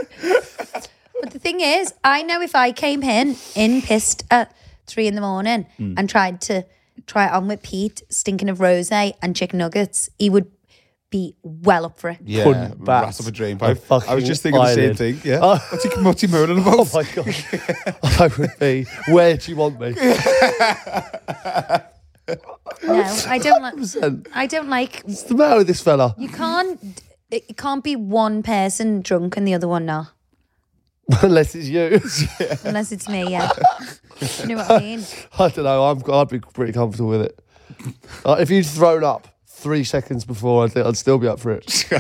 Speaker 2: But the thing is, I know if I came in in pissed at three in the morning and tried to try it on with Pete, stinking of rose and chicken nuggets, he would be well up for it.
Speaker 3: Yeah,
Speaker 1: Couldn't bat
Speaker 3: rat up a drain
Speaker 1: a
Speaker 3: pipe. I was
Speaker 1: fucking
Speaker 3: just thinking
Speaker 1: eyelid.
Speaker 3: the same thing. Yeah,
Speaker 1: Oh.
Speaker 3: what's, he, what's he moaning about?
Speaker 1: Oh my god. I would be. Where do you want me?
Speaker 2: No, I don't like.
Speaker 1: 100%.
Speaker 2: I don't like.
Speaker 1: What's the matter with this fella?
Speaker 2: You can't. It can't be one person drunk and the other one not,
Speaker 1: Unless it's you.
Speaker 2: unless it's me. Yeah, you know what I mean.
Speaker 1: I don't know. I'm, I'd be pretty comfortable with it. Uh, if you'd thrown up three seconds before, I think I'd still be up for it.
Speaker 2: Yeah,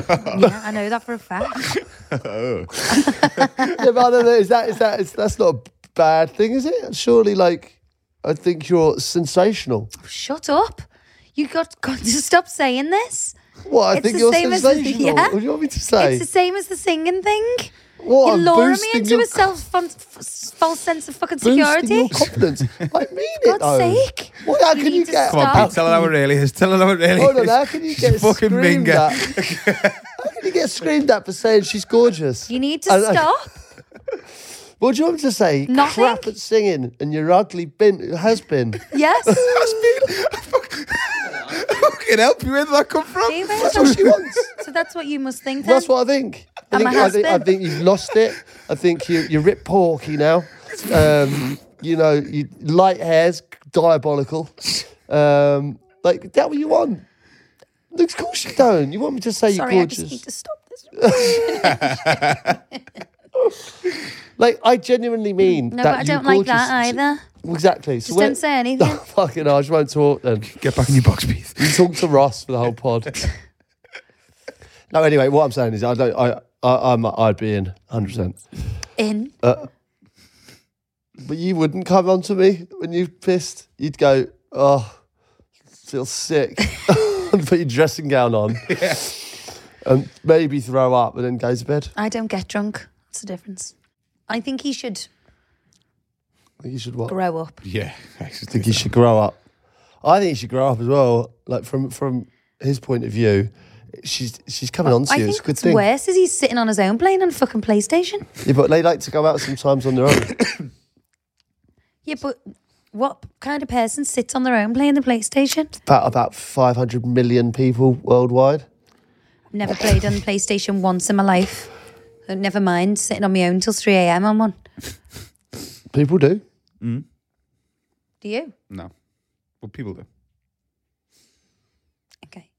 Speaker 2: I know that for a fact.
Speaker 1: yeah, but I don't know. Is that, is that, is, that's not a bad thing, is it? Surely, like, I think you're sensational.
Speaker 2: Shut up! You got, got to stop saying this.
Speaker 1: What? I
Speaker 2: It's
Speaker 1: think
Speaker 2: the
Speaker 1: you're
Speaker 2: same as the-
Speaker 1: sensational.
Speaker 2: yeah.
Speaker 1: What do you want me to say?
Speaker 2: It's the same as the singing thing.
Speaker 1: What?
Speaker 2: You're
Speaker 1: I'm
Speaker 2: luring me
Speaker 1: boosting
Speaker 2: into
Speaker 1: your-
Speaker 2: a self fun, f- false sense of fucking
Speaker 1: boosting
Speaker 2: security.
Speaker 1: your confidence. I mean
Speaker 2: For
Speaker 1: it.
Speaker 2: God's
Speaker 1: though.
Speaker 2: sake.
Speaker 1: Well, how
Speaker 2: You
Speaker 1: can
Speaker 2: need
Speaker 1: you
Speaker 2: to
Speaker 1: get?
Speaker 3: Come on,
Speaker 2: Stop.
Speaker 3: Pete, tell her how it really is. Tell her how it really
Speaker 1: Hold on,
Speaker 3: is.
Speaker 1: how can you
Speaker 3: She's
Speaker 1: get
Speaker 3: a fucking
Speaker 1: screamed
Speaker 3: minger.
Speaker 1: at? how can you get screamed at for saying she's gorgeous?
Speaker 2: You need to
Speaker 1: And, uh,
Speaker 2: stop.
Speaker 1: What do you want me to say?
Speaker 2: Nothing.
Speaker 1: Crap at singing, and your ugly bin has been.
Speaker 2: Yes.
Speaker 3: Fucking help you. Where did that come from?
Speaker 2: David.
Speaker 1: That's what she wants.
Speaker 2: So that's what you must think. Then.
Speaker 1: That's what I think. I
Speaker 2: And
Speaker 1: think,
Speaker 2: my
Speaker 1: I think, I
Speaker 2: husband.
Speaker 1: think you've lost it. I think you, you're Rip Porky now. Um, you know, you, light hair's diabolical. Um, like, is that what you want? No, Of course you don't. You want me to say
Speaker 2: Sorry,
Speaker 1: you're
Speaker 2: I
Speaker 1: gorgeous. Uh,
Speaker 2: just need to stop this.
Speaker 1: Like, I genuinely mean
Speaker 2: No,
Speaker 1: that
Speaker 2: but I
Speaker 1: you're
Speaker 2: don't like that
Speaker 1: gorgeous.
Speaker 2: either.
Speaker 1: Exactly.
Speaker 2: Just don't say anything.
Speaker 1: fucking hell, I just won't talk then.
Speaker 3: Get back in your box, Pete.
Speaker 1: You talk to Ross for the whole pod. no, anyway, what I'm saying is I don't, I, I, I'm, I'd be in 100%.
Speaker 2: In.
Speaker 1: Uh, But you wouldn't come on to me when you pissed. You'd go, oh, feel sick. and put your dressing gown on. And maybe throw up and then go to bed.
Speaker 2: I don't get drunk. That's the difference. I think he should
Speaker 1: I think you should what?
Speaker 2: grow up.
Speaker 3: Yeah, I
Speaker 1: I think he should grow up. I think he should grow up as well. Like from from his point of view, she's she's coming on to
Speaker 2: I
Speaker 1: you.
Speaker 2: think
Speaker 1: It's a good
Speaker 2: what's
Speaker 1: thing.
Speaker 2: worse is he's sitting on his own plane on fucking PlayStation.
Speaker 1: Yeah, but they like to go out sometimes on their own.
Speaker 2: Yeah, but What kind of person sits on their own playing the PlayStation?
Speaker 1: About about 500 million people worldwide.
Speaker 2: I've never played on the PlayStation once in my life. So Never mind sitting on my own till 3 a.m. on one.
Speaker 1: People do.
Speaker 2: Do you?
Speaker 3: No. But people do.
Speaker 2: Okay.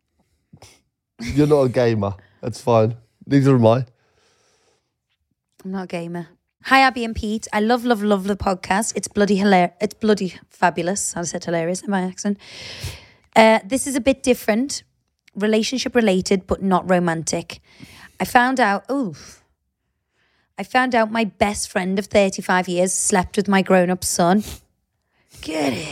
Speaker 1: You're not a gamer. That's fine. Neither am I.
Speaker 2: I'm not a gamer. Hi, Abby and Pete. I love, love, love the podcast. It's bloody hilarious. It's bloody fabulous. I said hilarious in my accent. Uh, this is a bit different, relationship related, but not romantic. I found out. Oh, I found out my best friend of 35 years slept with my grown up son. Get it.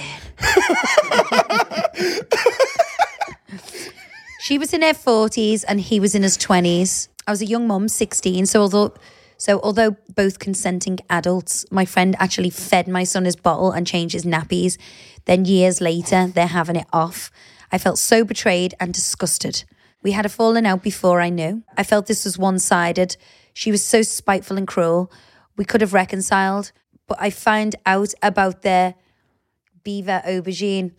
Speaker 2: She was in her forties and he was in his twenties. I was a young mum, sixteen. So although, so although both consenting adults, my friend actually fed my son his bottle and changed his nappies. Then years later, they're having it off. I felt so betrayed and disgusted. We had a falling out before I knew. I felt this was one sided. She was so spiteful and cruel. We could have reconciled, but I find out about their Beaver Aubergine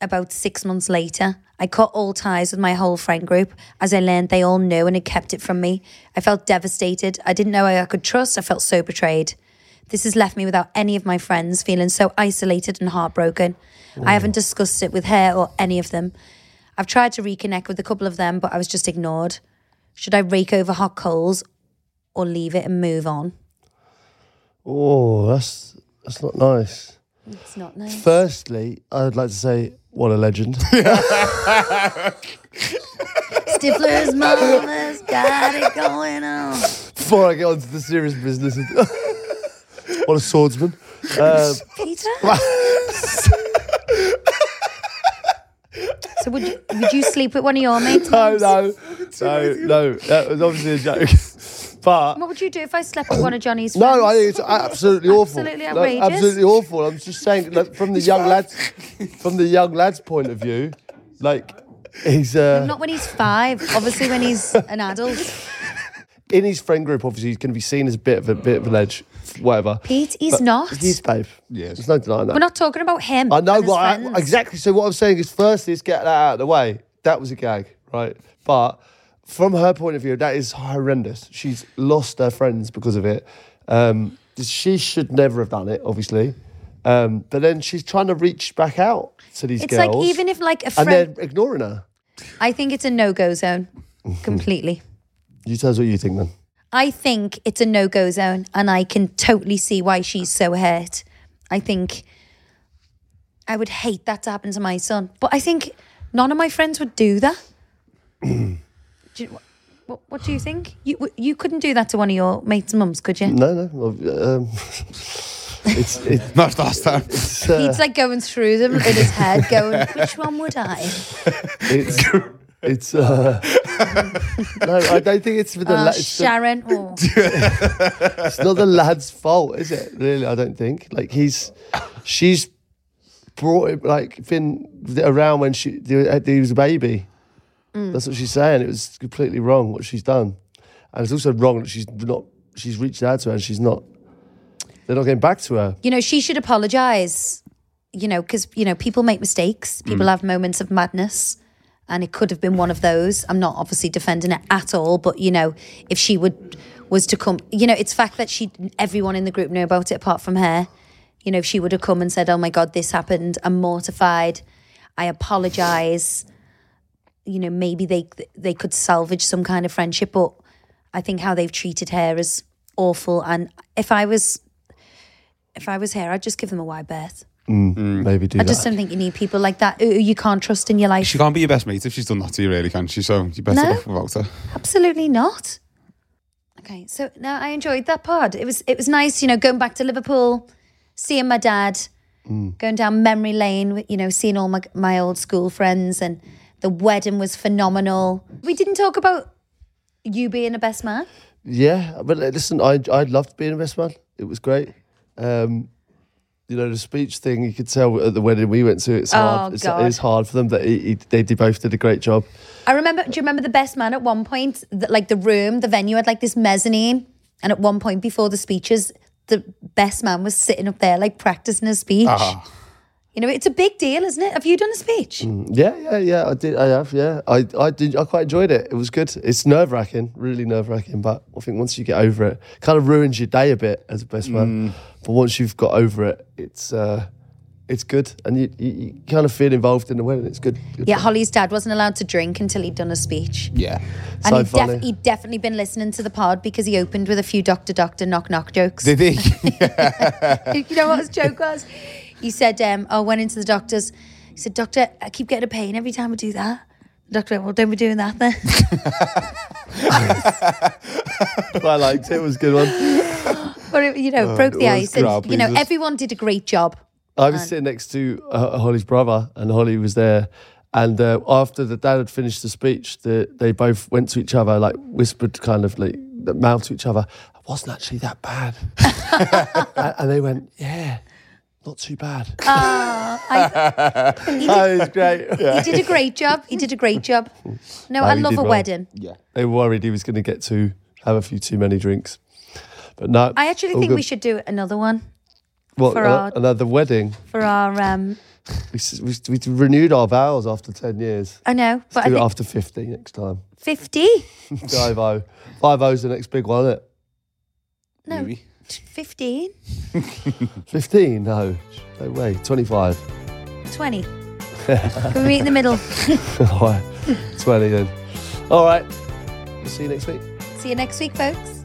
Speaker 2: about six months later. I cut all ties with my whole friend group as I learned they all knew and had kept it from me. I felt devastated. I didn't know who I could trust. I felt so betrayed. This has left me without any of my friends, feeling so isolated and heartbroken. I haven't discussed it with her or any of them. I've tried to reconnect with a couple of them, but I was just ignored. Should I rake over hot coals or leave it and move on?
Speaker 1: Oh, that's that's not nice.
Speaker 2: It's not nice.
Speaker 1: Firstly, I'd like to say what a legend.
Speaker 2: Stifler's mama's got it going on.
Speaker 1: Before I get on to the serious business, of- what a swordsman. Um,
Speaker 2: Peter. so would you would you sleep with one of your mates?
Speaker 1: no, no, no, no. That was obviously a joke. But
Speaker 2: What would you do if I slept with one of Johnny's friends?
Speaker 1: No, I think it's absolutely awful.
Speaker 2: Absolutely
Speaker 1: No,
Speaker 2: outrageous.
Speaker 1: absolutely awful. I'm just saying, like, from the young lads, from the young lads' point of view, like he's uh,
Speaker 2: Not when he's five. Obviously, when he's an adult.
Speaker 1: in his friend group. Obviously, he's going to be seen as a bit of a bit of an edge, whatever.
Speaker 2: Pete, he's not.
Speaker 1: He's babe.
Speaker 3: Yes.
Speaker 1: There's no denying that.
Speaker 2: We're not talking about him.
Speaker 1: I know,
Speaker 2: and his
Speaker 1: but I,
Speaker 2: friends.
Speaker 1: exactly. So what I'm saying is, firstly, let's get that out of the way. That was a gag, right? But from her point of view, that is horrendous. She's lost her friends because of it. Um, she should never have done it, obviously. Um, but then she's trying to reach back out to these
Speaker 2: It's
Speaker 1: girls.
Speaker 2: like even if like a
Speaker 1: and
Speaker 2: friend,
Speaker 1: they're ignoring her.
Speaker 2: I think it's a no go zone, completely.
Speaker 1: You tell us what you think then.
Speaker 2: I think it's a no go zone, and I can totally see why she's so hurt. I think I would hate that to happen to my son, but I think none of my friends would do that. do you, what, what do you think? You you couldn't do that to one of your mates' mums, could you?
Speaker 1: No, no. well, Um, it's it,
Speaker 3: Not last time.
Speaker 1: it's, uh,
Speaker 2: He's like going through them in his head, going, "Which one would I?"
Speaker 1: it's it's. Uh, no, I don't think it's for the.
Speaker 2: Oh,
Speaker 1: la- it's the-
Speaker 2: Sharon. Oh.
Speaker 1: it's not the lad's fault, is it? Really, I don't think. Like he's, she's brought him like been around when she he was a baby. That's what she's saying. It was completely wrong what she's done, and it's also wrong that she's not. She's reached out to her and she's not. They're not getting back to her.
Speaker 2: you know, she should apologize, you know, because, you know, people make mistakes, people have moments of madness, and it could have been one of those. I'm not obviously defending it at all, but, you know, if she would was to come, you know, it's fact that she, everyone in the group knew about it apart from her. You know, if she would have come and said, oh my God, this happened, I'm mortified, I apologize, you know, maybe they they could salvage some kind of friendship, but I think how they've treated her is awful. And if I was if I was here, I'd just give them a wide berth.
Speaker 1: Maybe do
Speaker 2: Mm. I
Speaker 1: that.
Speaker 2: just don't think you need people like that who who you can't trust in your life.
Speaker 3: She can't be your best mate if she's done that to you, really, can she? So you're better
Speaker 2: No.
Speaker 3: off without her.
Speaker 2: Absolutely not. Okay, so now I enjoyed that pod. It was it was nice, you know, going back to Liverpool, seeing my dad, going down memory lane, you know, seeing all my my old school friends, and the wedding was phenomenal. We didn't talk about you being a best man.
Speaker 1: Yeah, but uh, listen, I I loved being a best man. It was great. Um, you know the speech thing. You could tell at the wedding we went to. It's hard. It's,
Speaker 2: God.
Speaker 1: it's hard for them, but he, he, they did- both did a great job.
Speaker 2: I remember. Do you remember the best man at one point? The, like the room, the venue had like this mezzanine, and at one point before the speeches, the best man was sitting up there like practicing his speech. You know, it's a big deal, isn't it? Have you done a speech?
Speaker 1: Yeah, yeah, yeah. I did. I have. Yeah, I, I did. I quite enjoyed it. It was good. It's nerve wracking, really nerve wracking. But I think once you get over it, kind of ruins your day a bit as a best man. But once you've got over it, it's uh, it's good, and you, you, you kind of feel involved in the wedding. It's good. good
Speaker 2: Yeah,
Speaker 1: fun.
Speaker 2: Holly's dad wasn't allowed to drink until he'd done a speech.
Speaker 6: Yeah.
Speaker 2: And
Speaker 1: So
Speaker 2: he'd,
Speaker 1: funny.
Speaker 2: def- he'd definitely been listening to the pod because he opened with a few Doctor Doctor knock knock jokes.
Speaker 6: Did he?
Speaker 2: you know what his joke was? He said, um, I went into the doctor's. He said, Doctor, I keep getting a pain every time I do that. The doctor went, Well, don't be doing that then.
Speaker 1: I liked it. It was a good one.
Speaker 2: but, it, you
Speaker 1: Oh,
Speaker 2: know, broke the
Speaker 6: it was
Speaker 2: ice. And,
Speaker 6: crap,
Speaker 2: you know,
Speaker 6: Jesus.
Speaker 2: everyone did a great job.
Speaker 1: I was sitting next to uh, Holly's brother, and Holly was there. And uh, after the dad had finished the speech, the, they both went to each other, like whispered, kind of like mouth to each other. It wasn't actually that bad. and, and they went, "Yeah, not too bad."
Speaker 2: Ah,
Speaker 1: that was great.
Speaker 2: He did a great job. He did a great job. No, I
Speaker 1: he
Speaker 2: love a
Speaker 1: did well.
Speaker 2: wedding.
Speaker 1: They were worried he was going to get to have a few too many drinks, but no.
Speaker 2: I actually
Speaker 1: all
Speaker 2: think we
Speaker 1: Oh, good.
Speaker 2: should do another one
Speaker 1: What,
Speaker 2: for
Speaker 1: uh,
Speaker 2: our-
Speaker 1: another wedding.
Speaker 2: for our. Um,
Speaker 1: We, s- we, s- we renewed our vows after ten years.
Speaker 2: I know, but I
Speaker 1: Do it
Speaker 2: think
Speaker 1: after fifty next time.
Speaker 2: 50?
Speaker 1: Five O. Five O's the next big one, isn't it?
Speaker 2: No, 15?
Speaker 1: 15? No. No way. 25.
Speaker 2: 20. Can we meet in the middle?
Speaker 1: All right. 20 then. All right. We'll see you next week.
Speaker 2: See you next week, folks.